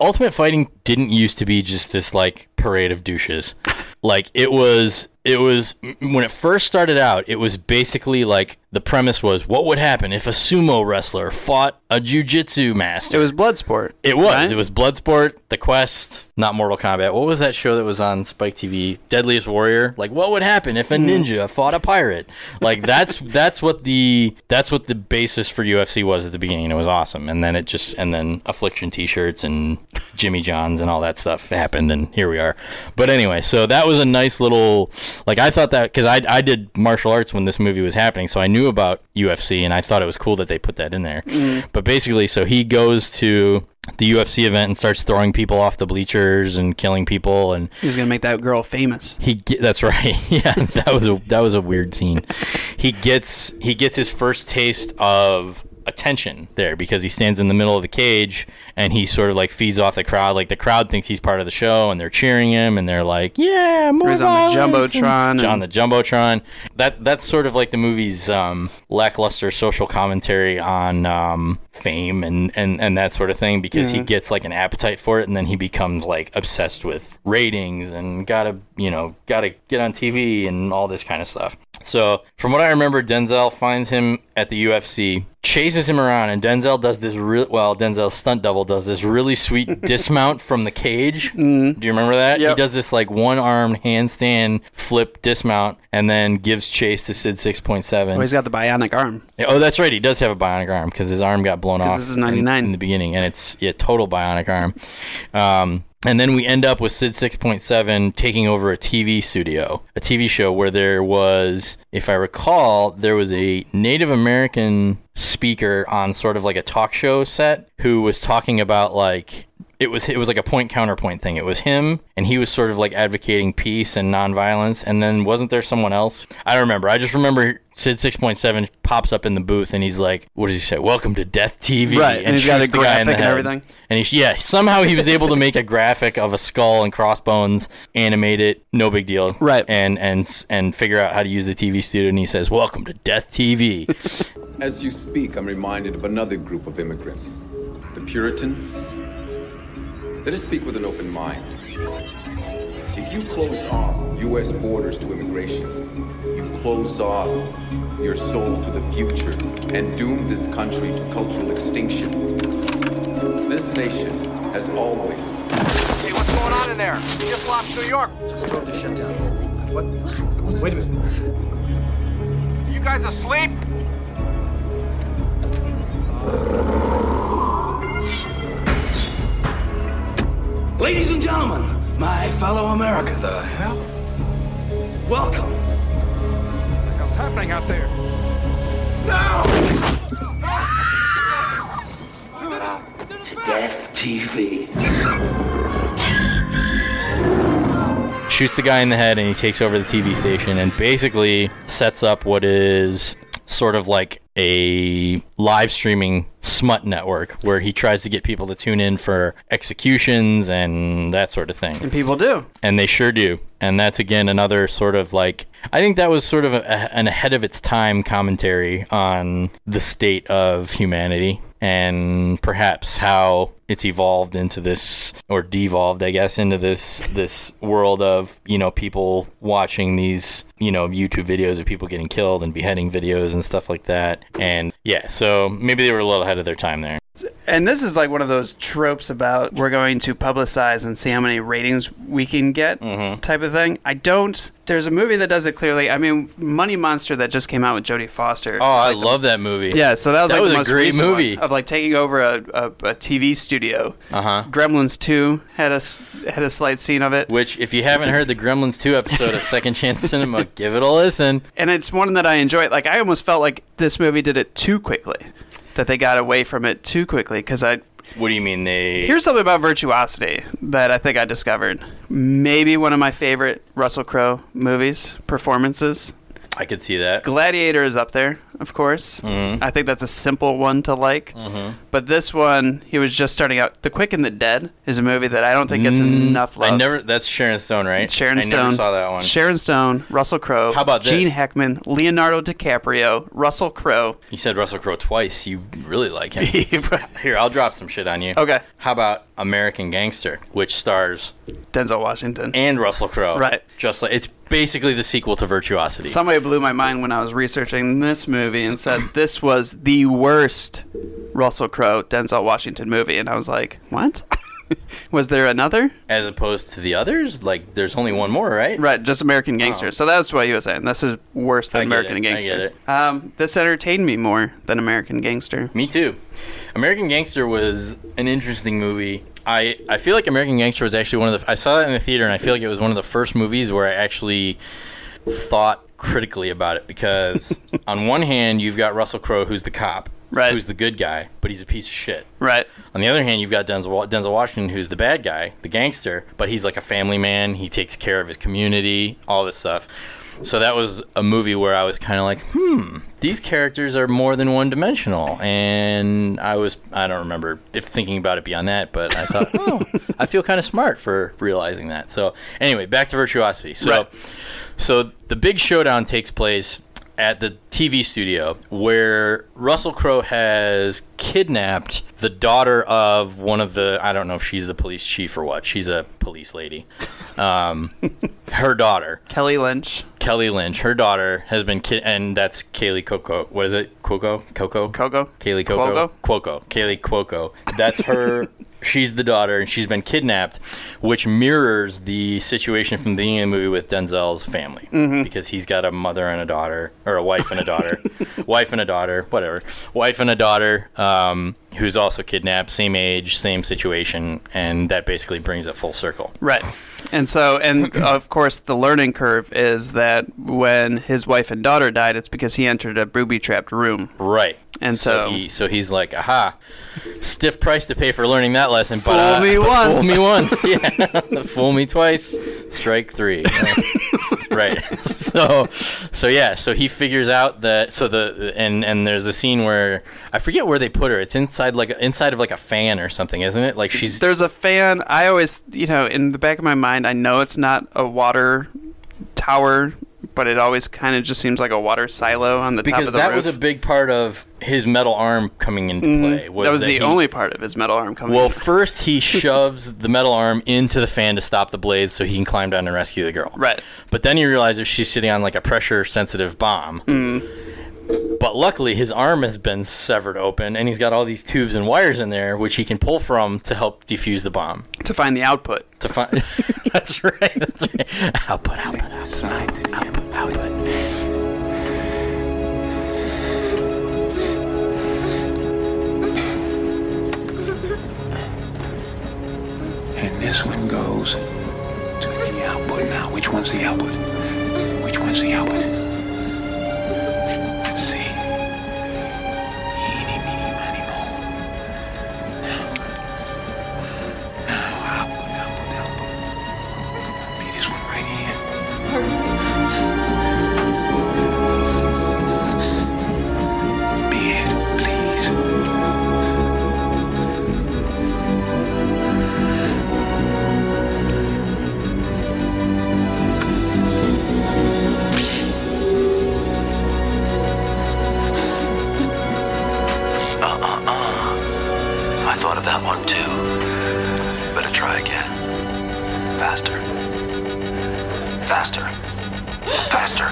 Ultimate Fighting didn't used to be just this like parade of douches. like it was, it was when it first started out. It was basically like the premise was what would happen if a sumo wrestler fought a jujitsu master. It was Bloodsport. It was. right? It was Bloodsport, The Quest, not Mortal Kombat. What was that show that was on Spike TV? Deadliest Warrior. Like, what would happen if a ninja fought a pirate? Like, that's that's what the that's what the basis for UFC was at the beginning. It was awesome, and then it just and then Affliction T-shirts and Jimmy Johns and all that stuff happened, and here we are. But anyway, so that was a nice little like I thought that because I I did martial arts when this movie was happening, so I knew about UFC, and I thought it was cool that they put that in there. But basically, so he goes to the UFC event and starts throwing people off the bleachers and killing people and He was gonna make that girl famous. he ge- that's right. Yeah, that was a that was a weird scene. He gets he gets his first taste of attention there because he stands in the middle of the cage and he sort of like feeds off the crowd. Like the crowd thinks he's part of the show and they're cheering him and they're like, "Yeah, more He's on the violence," and- Jumbotron and- on the jumbotron. That that's sort of like the movie's um, lackluster social commentary on um, fame and, and and that sort of thing because he Yeah. gets like an appetite for it and then he becomes like obsessed with ratings and gotta you know gotta get on TV and all this kind of stuff. So from what I remember, Denzel finds him at the UFC, chases him around, and Denzel does this real well. Denzel's stunt double does this really sweet dismount from the cage. Mm-hmm. Do you remember that? He does this like one armed handstand flip dismount and then gives chase to Sid six point seven. Oh, he's got the bionic arm. Oh, that's right. He does have a bionic arm because his arm got blown 'Cause off. this is in- 99. in, the beginning, and it's yeah, total bionic arm. Um, and then we end up with Sid six point seven taking over a TV studio, a TV show where there was, if I recall, there was a Native American speaker on sort of like a talk show set who was talking about like it was it was like a point counterpoint thing. It was him, and he was sort of like advocating peace and nonviolence. And then wasn't there someone else? I don't remember. I just remember Sid six point seven pops up in the booth, and he's like, "What does he say? Welcome to Death TV." Right, and he's got shoots a the guy in the graphic and head. everything. And he, yeah, somehow he was able to make a graphic of a skull and crossbones, animate it, no big deal, right? And and and figure out how to use the TV studio. And he says, "Welcome to Death TV." As you speak, I'm reminded of another group of immigrants the Puritans. Let us speak with an open mind. If you close off U.S. borders to immigration, you close off your soul to the future and doom this country to cultural extinction. This nation has always. Hey, what's going on in there? We just lost New York. Just throw the shit down. What? Wait a minute. Are you guys asleep? Ladies and gentlemen, my fellow America. The hell? Welcome. What the hell's happening out there? uh, To death. TV. shoots the guy in the head and he takes over the TV station and basically sets up what is sort of like a live streaming smut network where he tries to get people to tune in for executions and that sort of thing. And people do. And they sure do. And that's again another sort of like I think that was sort of a, an ahead of its time commentary on the state of humanity and perhaps how it's evolved into this or devolved I guess into this this world of, you know, people watching these, you know, YouTube videos of people getting killed and beheading videos and stuff like that. And yeah, so maybe they were a little ahead of their time there. And this is like one of those tropes about we're going to publicize and see how many ratings we can get Mm-hmm. type of thing. I don't. There's a movie that does it clearly. I mean, Money Monster that just came out with Jodie Foster. Oh, I love that movie. Yeah, so that was like the a most great recent movie. one of like taking over a, a, a TV studio. Uh huh. Gremlins Two had a s- had a slight scene of it. Which, if you haven't heard the Gremlins 2 episode of Second Chance Cinema, give it a listen. and it's one that I enjoy. Like I almost felt like this movie did it too quickly, that they got away from it too quickly. Because I What do you mean they. here's something about virtuosity that I think I discovered. Maybe one of my favorite Russell Crowe movies performances. I could see that. Gladiator is up there, of course. Mhm. I think that's a simple one to like. Mhm. But this one, he was just starting out. The Quick and the Dead is a movie that I don't think gets Mm, enough love. I never. That's Sharon Stone, right? Sharon I Stone. never saw that one. Sharon Stone, Russell Crowe. How about Gene this? Hackman, Leonardo DiCaprio, Russell Crowe. You said Russell Crowe twice. You really like him. Here, I'll drop some shit on you. Okay. How about American Gangster, which stars Denzel Washington and Russell Crowe? Right. Just like it's basically the sequel to Virtuosity. Somebody blew my mind when I was researching this movie and said this was the worst Russell Crowe Denzel Washington movie, and I was like, what? was there another? As opposed to the others, like there's only one more, right? Right, just American Gangster. So that's what you were saying. This is worse than Oh. I get American it, I Gangster. get it. Um, this entertained me more than American Gangster. Me too. American Gangster was an interesting movie. I, I feel like American Gangster was actually one of the I saw that in the theater and I feel like it was one of the first movies where I actually thought critically about it because on one hand you've got Russell Crowe who's the cop, right. who's the good guy, but he's a piece of shit. Right. On the other hand, you've got Denzel, Wa- Denzel Washington, who's the bad guy, the gangster, but he's like a family man. He takes care of his community, all this stuff. So that was a movie where I was kind of like, hmm, these characters are more than one dimensional. And I was, I don't remember if thinking about it beyond that, but I thought, oh, I feel kind of smart for realizing that. So anyway, back to Virtuosity. So, so the big showdown takes place at the TV studio where Russell Crowe has kidnapped the daughter of one of the I don't know if she's the police chief or what. She's a police lady. Um, her daughter, Kelly Lynch. Kelly Lynch, her daughter has been kid and that's Kaylee Coco. What is it? Coco? Coco? Coco? Kaylee Coco. Cuoco? Cuoco. Kaylee Cuoco. That's her. she's the daughter, and she's been kidnapped, which mirrors the situation from the beginning of the movie with Denzel's family, Mm-hmm. Mhm. because he's got a mother and a daughter, or a wife and a daughter, wife and a daughter, whatever, wife and a daughter, um, who's also kidnapped, same age, same situation, and that basically brings it full circle. Right. And so, and of course, the learning curve is that when his wife and daughter died, it's because he entered a booby trapped room. Right. And so- he, so he's like, aha, stiff price to pay for learning that lesson. But, Fool uh, me but once. Fool me once. Yeah. fool me twice. Strike three. right. So, so yeah. So he figures out that. So the and and there's a scene where I forget where they put her. It's inside like inside of like a fan or something, isn't it? Like she's There's a fan. I always, you know, in the back of my mind, I know it's not a water tower, but it always kind of just seems like a water silo on the top because of the that roof. was a big part of his metal arm coming into play. Mhm. that was the he- only part of his metal arm coming. Well, first he shoves the metal arm into the fan to stop the blades so he can climb down and rescue the girl. Right. But then he realizes she's sitting on like a pressure sensitive bomb. But luckily, his arm has been severed open and he's got all these tubes and wires in there which he can pull from to help defuse the bomb. To find the output. To find. that's right. That's right. Output, output, output, output, output, output. And this one goes to the output. Now, which one's the output? Which one's the output? Let's see. Eeny, meeny, miny, moe. Now, output, output, output. Be this one right here. Be it, please. Uh uh uh. I thought of that one too. Better try again. Faster. Faster. Faster.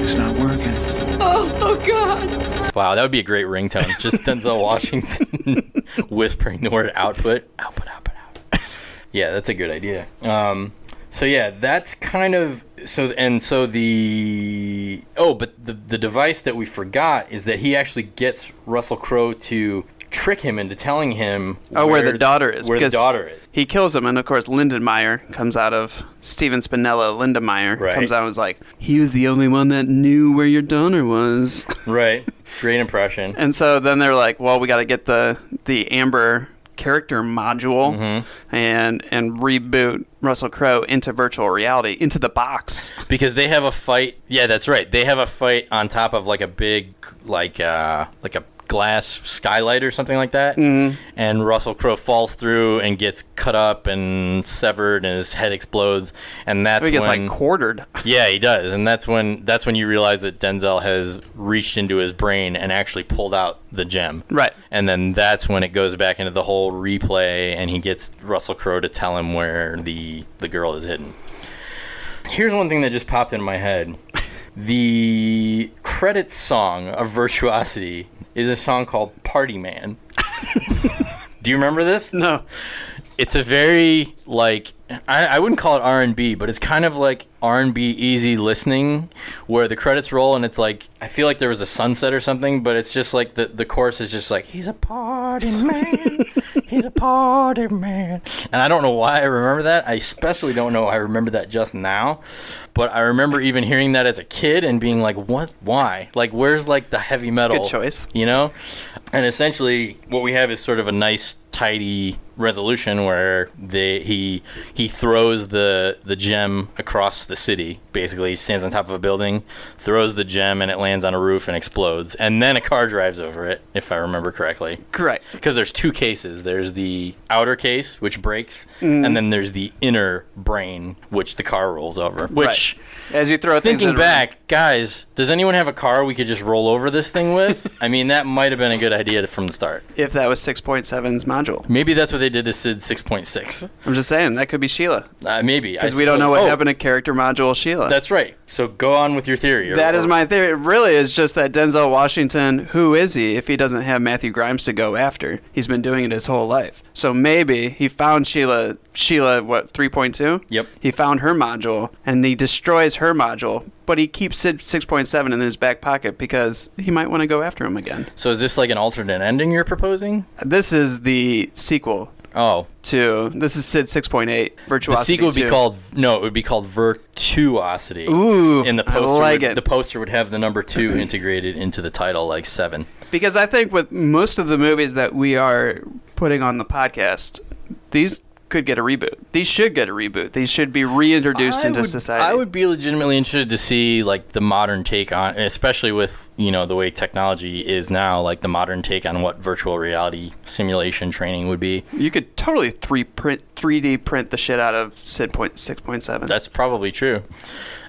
It's not working. Oh, oh God. Wow, that would be a great ringtone. Just Denzel Washington whispering the word output. Output, output, output. Yeah, that's a good idea. Um, so yeah, that's kind of so and so the oh, but the the device that we forgot is that he actually gets Russell Crowe to trick him into telling him Oh, where, the daughter is. where the because daughter is. He kills him, and of course, Lindenmeyer comes out of Steven Spinella. Lindenmeyer Right. comes out and is like, "He was the only one that knew where your daughter was." Right. Great impression. and so then they're like, "Well, we got to get the the Amber character module Mm-hmm. and and reboot Russell Crowe into virtual reality, into the box." because they have a fight. Yeah, that's right. They have a fight on top of like a big like uh like a glass skylight or something like that. Mhm. And Russell Crowe falls through and gets cut up and severed and his head explodes and that's he gets when like quartered. Yeah, he does. And that's when that's when you realize that Denzel has reached into his brain and actually pulled out the gem. Right. And then that's when it goes back into the whole replay and he gets Russell Crowe to tell him where the the girl is hidden. Here's one thing that just popped into my head. The credit song of Virtuosity is a song called Party Man. Do you remember this? No. It's a very like I, I wouldn't call it R and B, but it's kind of like R and B easy listening, where the credits roll and it's like I feel like there was a sunset or something, but it's just like the the chorus is just like he's a party man. He's a party man. And I don't know why I remember that. I especially don't know why I remember that just now. But I remember even hearing that as a kid and being like, what? Why? Like, where's like the heavy a good metal? choice. You know? And essentially, what we have is sort of a nice, tidy resolution where they, he he throws the the gem across the city. Basically, he stands on top of a building, throws the gem, and it lands on a roof and explodes. And then a car drives over it, if I remember correctly. Correct. Because there's two cases. There's the outer case, which breaks, Mm. and then there's the inner brain, which the car rolls over. Which, Right. as you throw things thinking at a- back, guys, does anyone have a car we could just roll over this thing with? I mean, that might have been a good idea from the start. if that was 6.7's module. Maybe that's what they did to Sid 6.6. I'm just saying that could be Sheila Uh, maybe. I because we don't know suppose- what oh, happened to character module Sheila. That's right. So go on with your theory. or- That is or- my theory. It really is just that Denzel Washington, who is he if he doesn't have Matthew Grimes to go after? He's been doing it his whole life. So maybe he found Sheila Sheila what 3.2? Yep. He found her module and he destroys her module, but he keeps Sid 6.7 in his back pocket because he might want to go after him again. So is this like an alternate ending you're proposing? This is the sequel. Oh. To this is Sid 6.8 The Virtuosity. sequel would be 2. called no. It would be called Virtuosity. Ooh, and the I poster like would, it. the poster would have the number two integrated into the title, like seven. Because I think with most of the movies that we are putting on the podcast, these could get a reboot. These should get a reboot. These should be reintroduced I into would- society. I would be legitimately interested to see like the modern take on, especially with you know the way technology is now, like the modern take on what virtual reality simulation training would be. You could totally three print, 3D print the shit out of Sid point six point seven. That's probably true.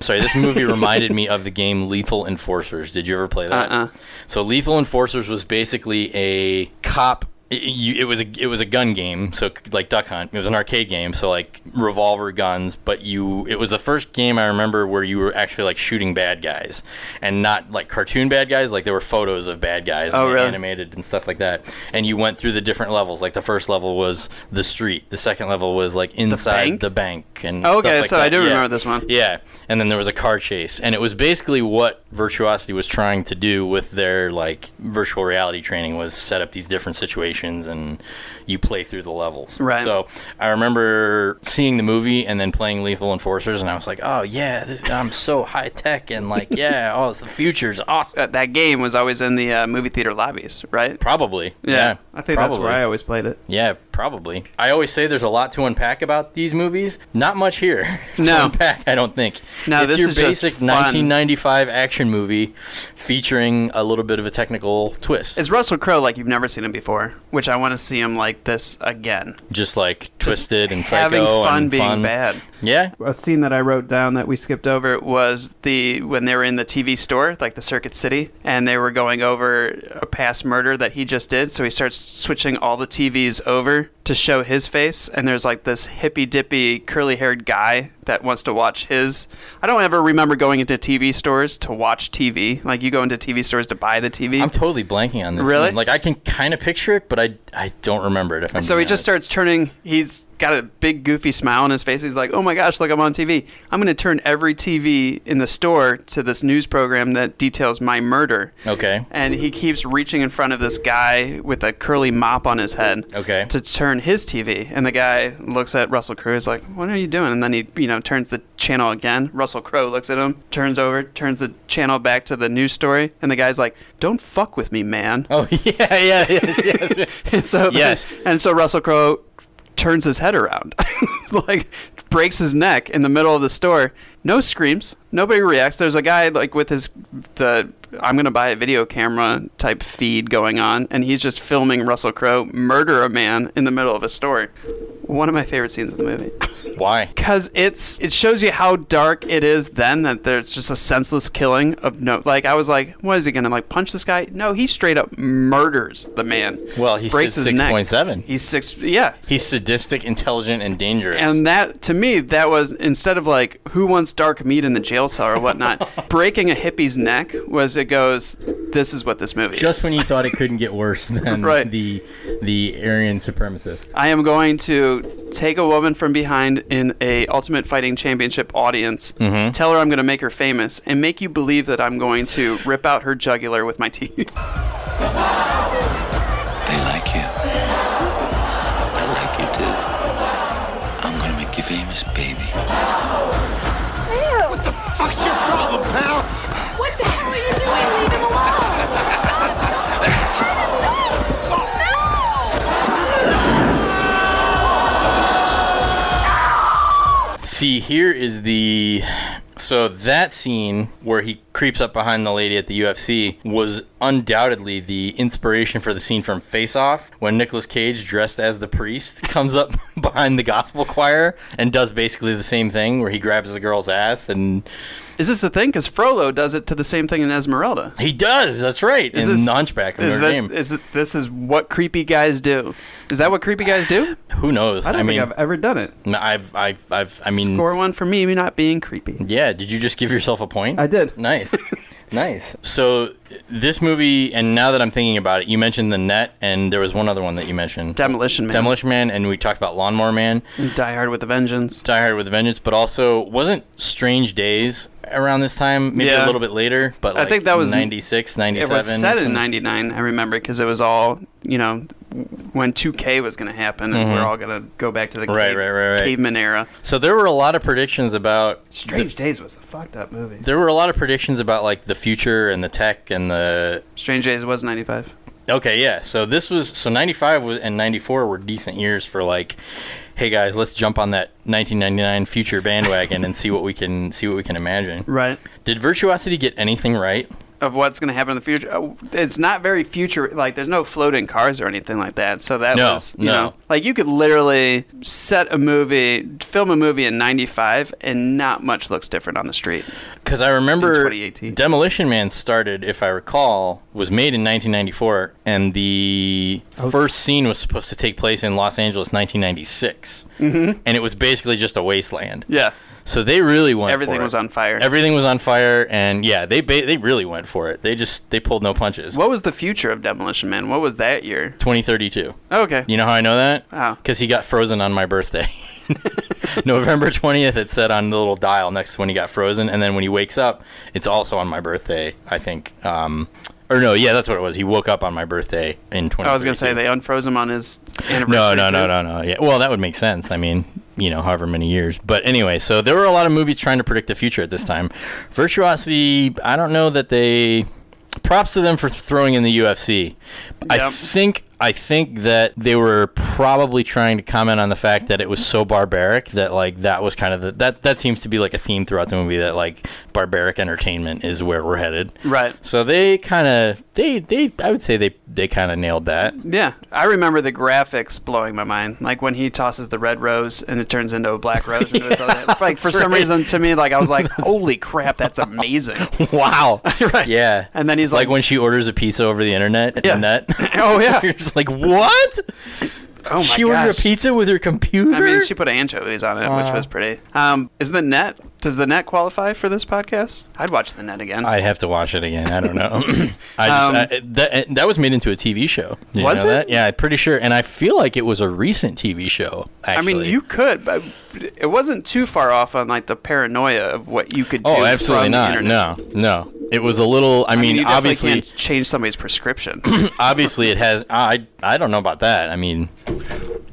Sorry, this movie reminded me of the game Lethal Enforcers. Did you ever play that? Uh-uh. So Lethal Enforcers was basically a cop. It, you- it was a it was a gun game. So like Duck Hunt, it was an arcade game. So like revolver guns, but you it was the first game I remember where you were actually like shooting bad guys and not like cartoon bad guys. Like there were photos of bad guys Oh, and really? animated and stuff like that. And you went through the different levels. Like the first level was the street. The second level was like inside bank? the bank, and stuff Oh, okay, like so that. I do Yeah. remember this one. Yeah, and then there was a car chase, and it was basically what Virtuosity was trying to do with their like virtual reality training was set up these different situations, and you play through the levels. Right. So I remember seeing the movie and then playing Lethal Enforcers, and I was like, oh yeah, this, I'm so high tech, and like yeah, oh the future's awesome. that game was always in the uh, movie theater lobbies, right? Probably. Yeah, I think that's where probably. I always played it. Yeah, probably. I always say there's a lot to unpack about these movies. Not much here. to No. unpack. I don't think. No, it's this your is just basic fun. 1995 action movie, featuring a little bit of a technical twist. It's Russell Crowe like you've never seen him before, which I want to see him like this again. just like twisted and psycho having fun and being fun. bad. Yeah. A scene that I wrote down that we skipped over was the when they were in the TV store, like the Circuit City, and they were going over a past murder that he just did. So he starts switching all the TVs over to show his face, and there's like this hippy dippy curly haired guy that wants to watch his. I don't ever remember going into TV stores to watch TV. Like you go into TV stores to buy the TV. I'm totally blanking on this. Really? Like I can kind of picture it, but I I don't remember it. If I'm so he just starts turning. He's got a big goofy smile on his face. He's like, "Oh my gosh, look, I'm on TV. I'm going to turn every TV in the store to this news program that details my murder." okay. And he keeps reaching in front of this guy with a curly mop on his head. Okay. To turn his TV, and the guy looks at Russell Crowe. He's like, "What are you doing?" And then he, you know, turns the channel again. Russell Crowe looks at him, turns over, turns the channel back to the news story, and the guy's like, "Don't fuck with me, man." Oh yeah, yeah, yes, yes, yes. and so Yes. and so Russell Crowe turns his head around, like breaks his neck in the middle of the store. No screams. Nobody reacts. There's a guy like with his the I'm gonna buy a video camera type feed going on, and he's just filming Russell Crowe murder a man in the middle of a store. One of my favorite scenes of the movie. Why? Because it's it shows you how dark it is then that there's just a senseless killing of no like I was like what is he gonna like punch this guy no he straight up murders the man Well, he's breaks his six neck. point seven. He's six. Yeah. He's sadistic, intelligent, and dangerous. And that to me, that was instead of like who wants dark meat in the jail cell or whatnot, breaking a hippie's neck was it goes, This is what this movie just is. when you thought it couldn't get worse than Right. the the Aryan supremacist. I am going to take a woman from behind in a Ultimate Fighting Championship audience, Mhm. tell her I'm gonna make her famous, and make you believe that I'm going to rip out her jugular with my teeth. They like you. I like you too. I'm gonna make you famous, baby. What the fuck's your problem, pal? What the hell are you doing? Leave him alone! See, here is the. So that scene where he creeps up behind the lady at the UFC was undoubtedly the inspiration for the scene from Face Off when Nicolas Cage, dressed as the priest, comes up behind the gospel choir and does basically the same thing where he grabs the girl's ass and is this a thing? Because Frollo does it to the same thing in Esmeralda. he does. That's right. Is in this- the Hunchback of Is Notre this, Dame. is it- this is what creepy guys do? Is that what creepy guys do? Who knows? I don't mean, think I've ever done it. no, I've, I've, I've, I mean, Score one for me, me not being creepy. Yeah, did you just give yourself a point? I did. Nice. nice. So this movie and now that I'm thinking about it, you mentioned The Net and there was one other one that you mentioned. Demolition Man. Demolition Man and we talked about Lawnmower Man. Die Hard with a Vengeance. Die Hard with a Vengeance, but also wasn't Strange Days around this time, maybe Yeah. a little bit later, but I like think that was 96, 97. It was set or in something. '99. I remember because it was all you know when 2K was going to happen, and Mhm. we're all going to go back to the Right, cave- right, right, right. caveman era. So there were a lot of predictions about Strange Days was a fucked up movie. There were a lot of predictions about like the future and the tech and the Strange Days was '95. Okay, yeah. So this was so 95 was- and 94 were decent years for like hey guys, let's jump on that 1999 future bandwagon and see what we can see what we can imagine. Right. Did Virtuosity get anything right? Of what's going to happen in the future, Uh, it's not very future. Like, there's no floating cars or anything like that. So that No, was, you no. know, like you could literally set a movie, film a movie in '95, and not much looks different on the street. Cuz I remember Demolition Man started, if I recall, was made in 1994 and the first scene was supposed to take place in Los Angeles 1996. Mhm. And it was basically just a wasteland. Yeah. So they really went. Everything for it. was on fire. Everything was on fire, and yeah, they ba- they really went for it. They just they pulled no punches. What was the future of Demolition Man? What was that year? 2032. Okay. You know how I know that? Wow. Because he got frozen on my birthday. November 20th, it said on the little dial next to when he got frozen. And then when he wakes up, it's also on my birthday, I think. Um, or no, yeah, that's what it was. He woke up on my birthday in 20. I was gonna say they unfroze him on his anniversary. No, no, no, too. no, no. Yeah. Well, that would make sense. I mean, you know, however many years. But anyway, so there were a lot of movies trying to predict the future at this time. Virtuosity, I don't know that they. Props to them for throwing in the UFC. I think I think that they were probably trying to comment on the fact that it was so barbaric that like that was kind of the, that that seems to be like a theme throughout the movie that like barbaric entertainment is where we're headed. Right. So they kind of they they I would say they they kind of nailed that. Yeah, I remember the graphics blowing my mind. Like when he tosses the red rose and it turns into a black rose. Into his other, like for some right. reason to me, like I was like, "Holy crap, that's amazing!" wow. Yeah. And then he's like, when she orders a pizza over the internet. Yeah. Net. oh yeah, You're just like, what? Oh my she ordered a gosh. pizza with her computer. I mean, she put anchovies on it, which Uh. was pretty. Um, is the net? Does the net qualify for this podcast? I'd watch the net again. I'd have to watch it again. I don't know. I Um, just, I, that that was made into a TV show. Did you Was know it? That? Yeah, I'm pretty sure. And I feel like it was a recent TV show. Actually. I mean, you could, but it wasn't too far off on like the paranoia of what you could do. Oh, absolutely from The not. internet. No, no. It was a little. I, mean, you definitely obviously, can't change somebody's prescription. obviously, it has. I I don't know about that. I mean,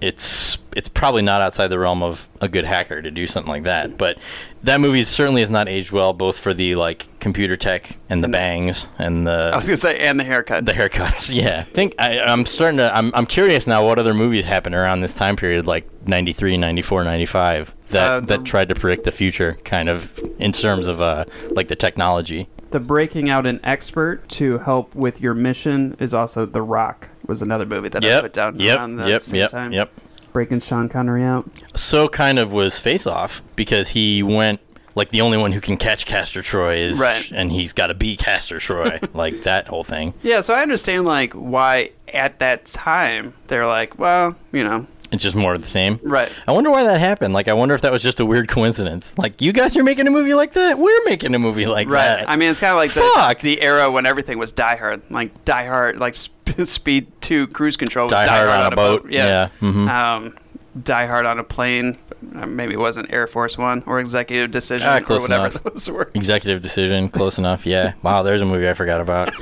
it's it's probably not outside the realm of a good hacker to do something like that. But that movie certainly has not aged well, both for the like computer tech and the bangs and the. I was gonna say, and the haircut. The haircuts, yeah. I think I, I'm starting to. I'm, I'm curious now what other movies happened around this time period, like 93, 94, 95, that, Uh, that tried to predict the future, kind of, in terms of uh, like the technology. The breaking out an expert to help with your mission is also The Rock was another movie that I Yep, put down yep, around that yep, same yep, time. yep. Breaking Sean Connery out. So kind of was Face Off because he went like the only one who can catch Castor Troy is, Right. and he's got to be Castor Troy, like that whole thing. Yeah, so I understand like why at that time they're like, well, you know, It's just more of the same. Right. I wonder why that happened. Like, I wonder if that was just a weird coincidence. Like, you guys are making a movie like that. We're making a movie like right. that. I mean, it's kind of like the, the era when everything was Die Hard, like Die Hard, like sp- Speed Two Cruise Control. was Die Hard on a boat. Yeah. Yeah, mhm. Um, Die Hard on a plane. Uh, Maybe it wasn't Air Force One or Executive Decision Ah, or close whatever enough. those were. Executive decision, close enough. Yeah. Wow, there's a movie I forgot about.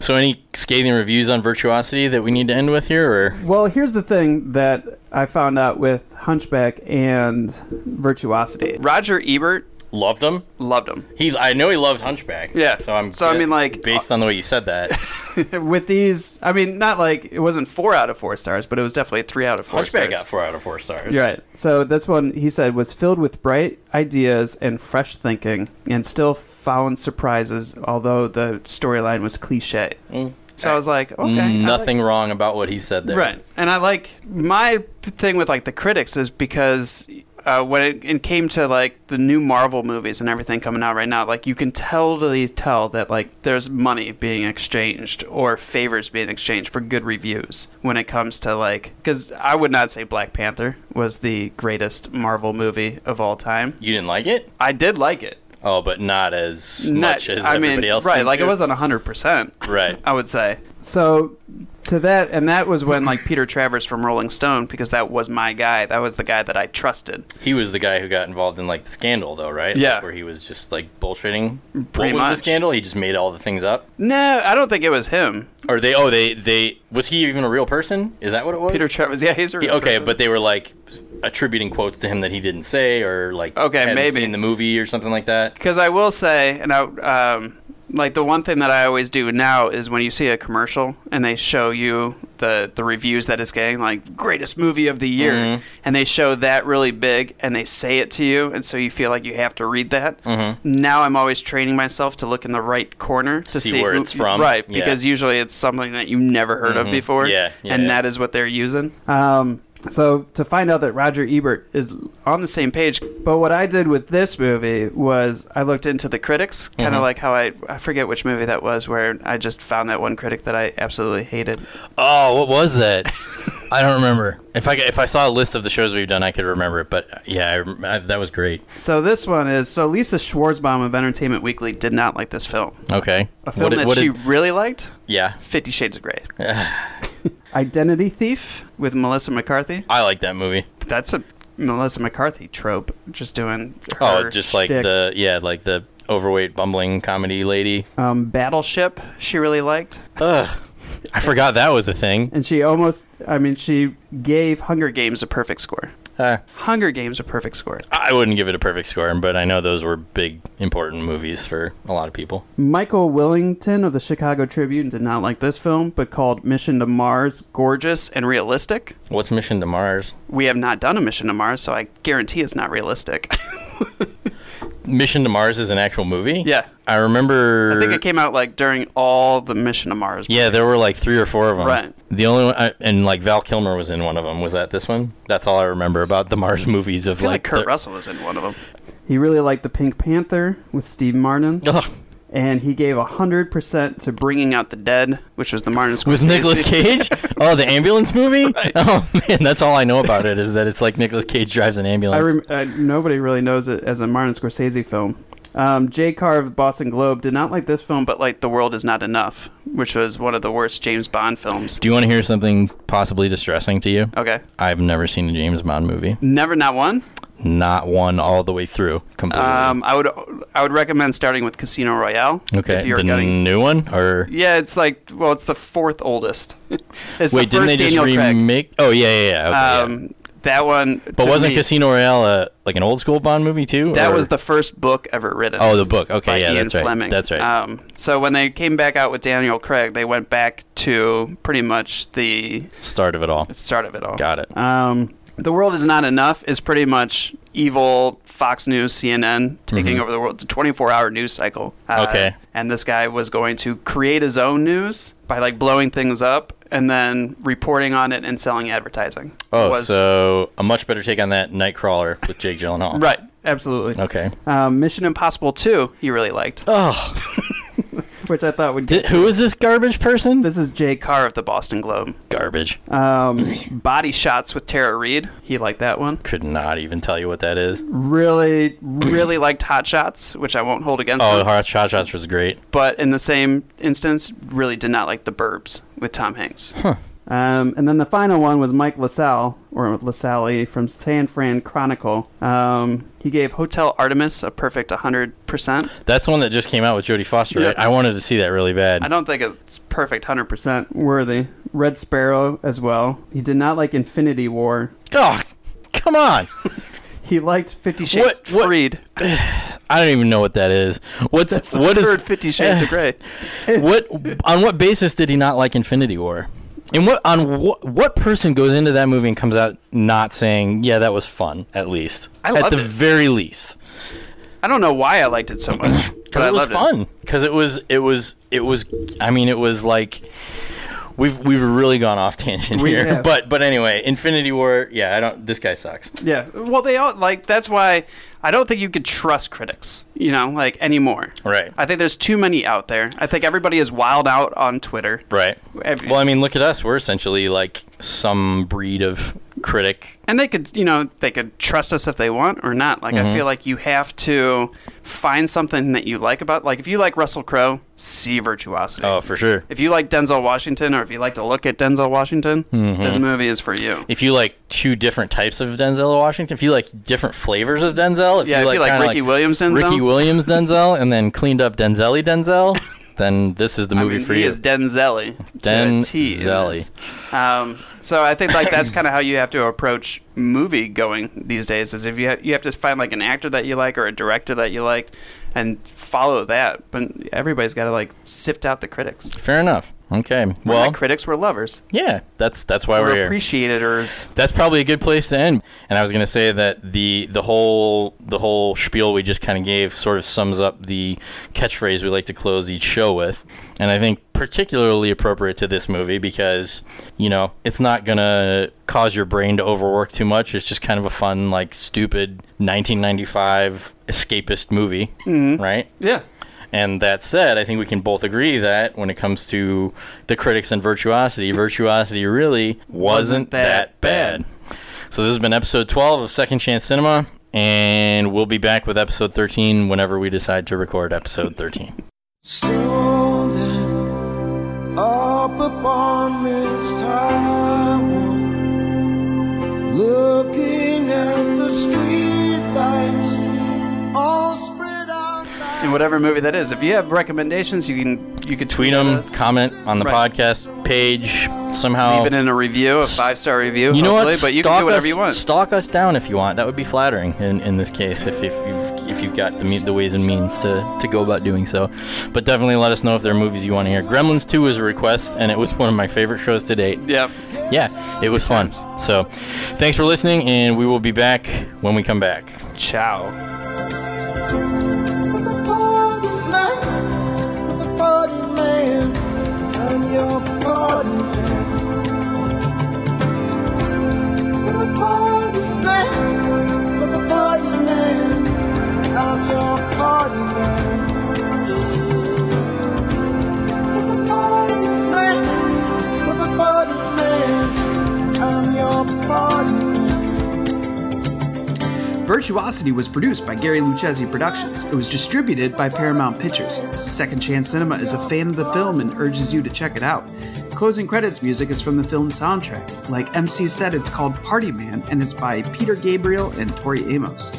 so, any scathing reviews on Virtuosity that we need to end with here, or Well, here's the thing that I found out with Hunchback and Virtuosity. Roger Ebert loved them? Loved them. He, I know he loved Hunchback. Yeah. So I'm. So, I mean, like- based on the way you said that, with these, I mean, not like it wasn't four out of four stars, but it was definitely three out of four Hunchback stars. got four out of four stars. You're right. So this one, he said, was filled with bright ideas and fresh thinking, and still found surprises, although the storyline was cliche. Mm. So I was like, okay, I like Nothing wrong about what he said there. Right. And I like my p- thing with like the critics is because uh, when it, it came to like the new Marvel movies and everything coming out right now, like you can totally tell that like there's money being exchanged or favors being exchanged for good reviews when it comes to like because I would not say Black Panther was the greatest Marvel movie of all time. You didn't like it? I did like it. Oh, but not as much as I mean, everybody else. right? seemed Like to. it wasn't hundred percent. Right. I would say. So to that, and that was when like Peter Travers from Rolling Stone, because that was my guy. That was the guy that I trusted. He was the guy who got involved in like the scandal, though, right? Yeah. Like, where he was just like bullshitting. Pretty what was much. the scandal? He just made all the things up. No, I don't think it was him. Or they? Oh, they they was he even a real person? Is that what it was? Peter Travers. Yeah, he's a He- real okay, person. but they were like attributing quotes to him that he didn't say, or like Okay, hadn't maybe. seen the movie or something like that. Because I will say, and I um, like the one thing that I always do now is when you see a commercial and they show you the the reviews that it's getting, like greatest movie of the year, Mhm. and they show that really big and they say it to you, and so you feel like you have to read that. Mhm. Now I'm always training myself to look in the right corner to See see, where who- it's from. right? Yeah. Because usually it's something that you've never heard Mhm. of before, Yeah, yeah, and yeah. that is what they're using. Um, so to find out that Roger Ebert is on the same page, but what I did with this movie was I looked into the critics, Kind of Mm-hmm. Mhm. like how I I forget which movie that was where I just found that one critic that I absolutely hated. Oh, what was that? I don't remember. If I if I saw a list of the shows we've done, I could remember it. But yeah, I rem- I, that was great. So this one is so Lisa Schwartzbaum of Entertainment Weekly did not like this film. Okay. A film did- that she really liked, yeah. Fifty Shades of Grey. Identity Thief. with Melissa McCarthy. I like that movie. That's a Melissa McCarthy trope. Just doing Oh, her just like shtick. the yeah, like the overweight bumbling comedy lady. um, Battleship. She really liked. Ugh, I forgot that was a thing. And she almost, I mean, she gave Hunger Games a perfect score. Uh, Hunger Games a perfect score. I wouldn't give it a perfect score, but I know those were big, important movies for a lot of people. Michael Willington of the Chicago Tribune did not like this film, but called Mission to Mars Gorgeous and realistic. What's Mission to Mars? We have not done a Mission to Mars, so I guarantee it's not realistic. Mission to Mars is an actual movie. Yeah. I remember. I think it came out like during all the Mission to Mars. Yeah, there were like three or four of them. Right. The only one, I, and like Val Kilmer was in one of them. Was that this one? That's all I remember about the Mars movies of I feel like, like Kurt the- Russell was in one of them. Oh, He really liked The Pink Panther with Steve Martin. and he gave 100% to Bringing Out the Dead, which was the Martin Scorsese. With Nicolas Cage? oh, the ambulance movie? Oh man, that's all I know about it is that it's like Nicolas Cage drives an I ambulance. rem- uh, nobody really knows it as a Martin Scorsese film. Um, Jay Carr of Boston Globe did not like this film, but like The World Is Not Enough, which was one of the worst James Bond films. Do you want to hear something possibly distressing to you? Okay. I've never seen a James Bond movie. Never not one. Not one all the way through completely. Um, I would I would recommend starting with Casino Royale. okay. If you're The getting new one or yeah, it's like well, it's the fourth oldest. it's Wait, didn't the first they just Daniel Craig. remake? Oh yeah, yeah, yeah. okay, yeah. um, that one. But to wasn't me, Casino Royale uh, like an old school Bond movie too? That or- was the first book ever written. Oh, the book. Okay, by yeah, Ian that's right. Fleming. That's right. Um, so when they came back out with Daniel Craig, they went back to pretty much the start of it all. Start of it all. Got it. Um, the world is not enough is pretty much evil Fox News, CNN taking Mhm. over the world, the 24-hour news cycle. Uh, Okay. And this guy was going to create his own news by like blowing things up and then reporting on it and selling advertising. Oh, Was- so a much better take on that Nightcrawler with Jake Gyllenhaal. right, absolutely. Okay. Um, Mission Impossible 2, he really liked. Oh. Which I thought would Did- who is this garbage person? This is Jay Carr of the Boston Globe. Garbage. Um, body shots with Tara Reid. He liked that one. Could not even tell you what that is. Really, really liked Hot Shots, which I won't hold against Oh, him. Hot Shot Shots was great. But in the same instance, really did not like The Burbs with Tom Hanks. Um, and then the final one was Mike LaSalle, or LaSalle from San Fran Chronicle. Um, he gave Hotel Artemis a perfect 100%. That's the one that just came out with Jodie Foster, right? Yeah. I wanted to see that really bad. I don't think it's perfect 100% worthy. Red Sparrow as well. He did not like Infinity War. Oh, come on. he liked Fifty Shades Freed. I don't even know what that is. What's That's the what is- third Fifty Shades of Grey. what on what basis did he not like Infinity War? And what on what what person goes into that movie and comes out not saying, "Yeah, that was fun," at least I at loved the it. very least. I don't know why I liked it so much. because I it was loved fun. Because it was, it was, it was. I mean, it was like we've we've really gone off tangent We here. have. But but anyway, Infinity War. Yeah, I don't. This guy sucks. Yeah. Well, they all like that's why I don't think you could trust critics, you know, like anymore. Right. I think there's too many out there. I think everybody is wild out on Twitter. Right. Well, I mean, look at us. We're essentially like some breed of critic. And they could, you know, they could trust us if they want or not. Like I Mhm. feel like you have to find something that you like about like if you like Russell Crowe, see virtuosity. Oh, for sure. If you like Denzel Washington or if you like to look at Denzel Washington, Mhm. this movie is for you. If you like two different types of Denzel Washington, if you like different flavors of Denzel, if you Yeah, if like, you like kinda Ricky Williams Denzel. Ricky Williams Denzel, and then cleaned up Denzelly Denzel, then this is the movie I mean, for he you. is Denzelli. to a T E in Denzelli. this. Um, so I think like that's kind of how you have to approach movie going these days. Is if you ha- you have to find like an actor that you like or a director that you like, and follow that. But everybody's got to like sift out the critics. Fair enough. Okay. We're well, not critics were lovers. Yeah, that's that's why we're, here. We're appreciators. That's probably a good place to end. And I was going to say that the the whole the whole spiel we just kind of gave sort of sums up the catchphrase we like to close each show with, and I think particularly appropriate to this movie because you know it's not going to cause your brain to overwork too much. It's just kind of a fun, like stupid 1995 escapist movie, Mhm. right? Yeah. And that said, I think we can both agree that when it comes to the critics and virtuosity, virtuosity really wasn't, that, bad. So this has been episode 12 of Second Chance Cinema, and we'll be back with episode 13 whenever we decide to record episode 13. So then, up upon this tower, looking at the streetlights, all spread out. In whatever movie that is, if you have recommendations, you can you could Tweet at them, us. comment on the Right. podcast page somehow. Leave it in a review, a five star review. You know hopefully, what? But you can Stalk do whatever us- you want. Stalk us down if you want. That would be flattering in, in this case, if, if you've if you've got the me- the ways and means to, to go about doing so. But definitely let us know if there are movies you want to hear. Gremlins 2 was a request, and it was one of my favorite shows to date. Yep. Yeah, it was fun. So, thanks for listening, and we will be back when we come back. Ciao. Party man, I'm your party man. I'm a party man, I'm a party man, I'm your party man. Virtuosity was produced by Gary Lucchesi Productions. It was distributed by Paramount Pictures. Second Chance Cinema is a fan of the film and urges you to check it out. Closing credits music is from the film's soundtrack. Like MC said, it's called Party Man and it's by Peter Gabriel and Tori Amos.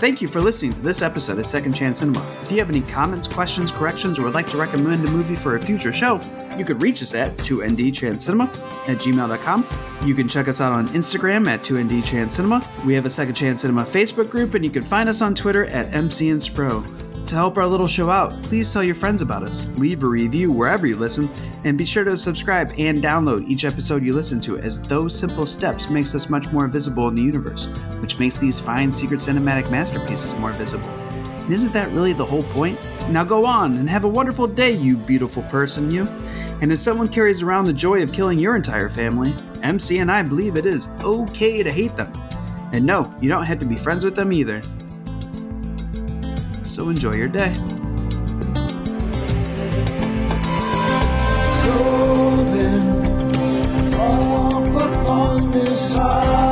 Thank you for listening to this episode of Second Chance Cinema. If you have any comments, questions, corrections, or would like to recommend a movie for a future show, you could reach us at 2ndtranscinema at gmail.com. You can check us out on Instagram at 2ndtranscinema. We have a Second Chance Cinema Facebook group, and you can find us on Twitter at MCNSpro. To help our little show out, please tell your friends about us, leave a review wherever you listen, and be sure to subscribe and download each episode you listen to, as those simple steps makes us much more visible in the universe, which makes these fine secret cinematic masterpieces more visible. And isn't that really the whole point? Now go on and have a wonderful day, you beautiful person, you. And if someone carries around the joy of killing your entire family, MC and I believe it is okay to hate them. And no, you don't have to be friends with them either. So enjoy your day. So then, up upon this island.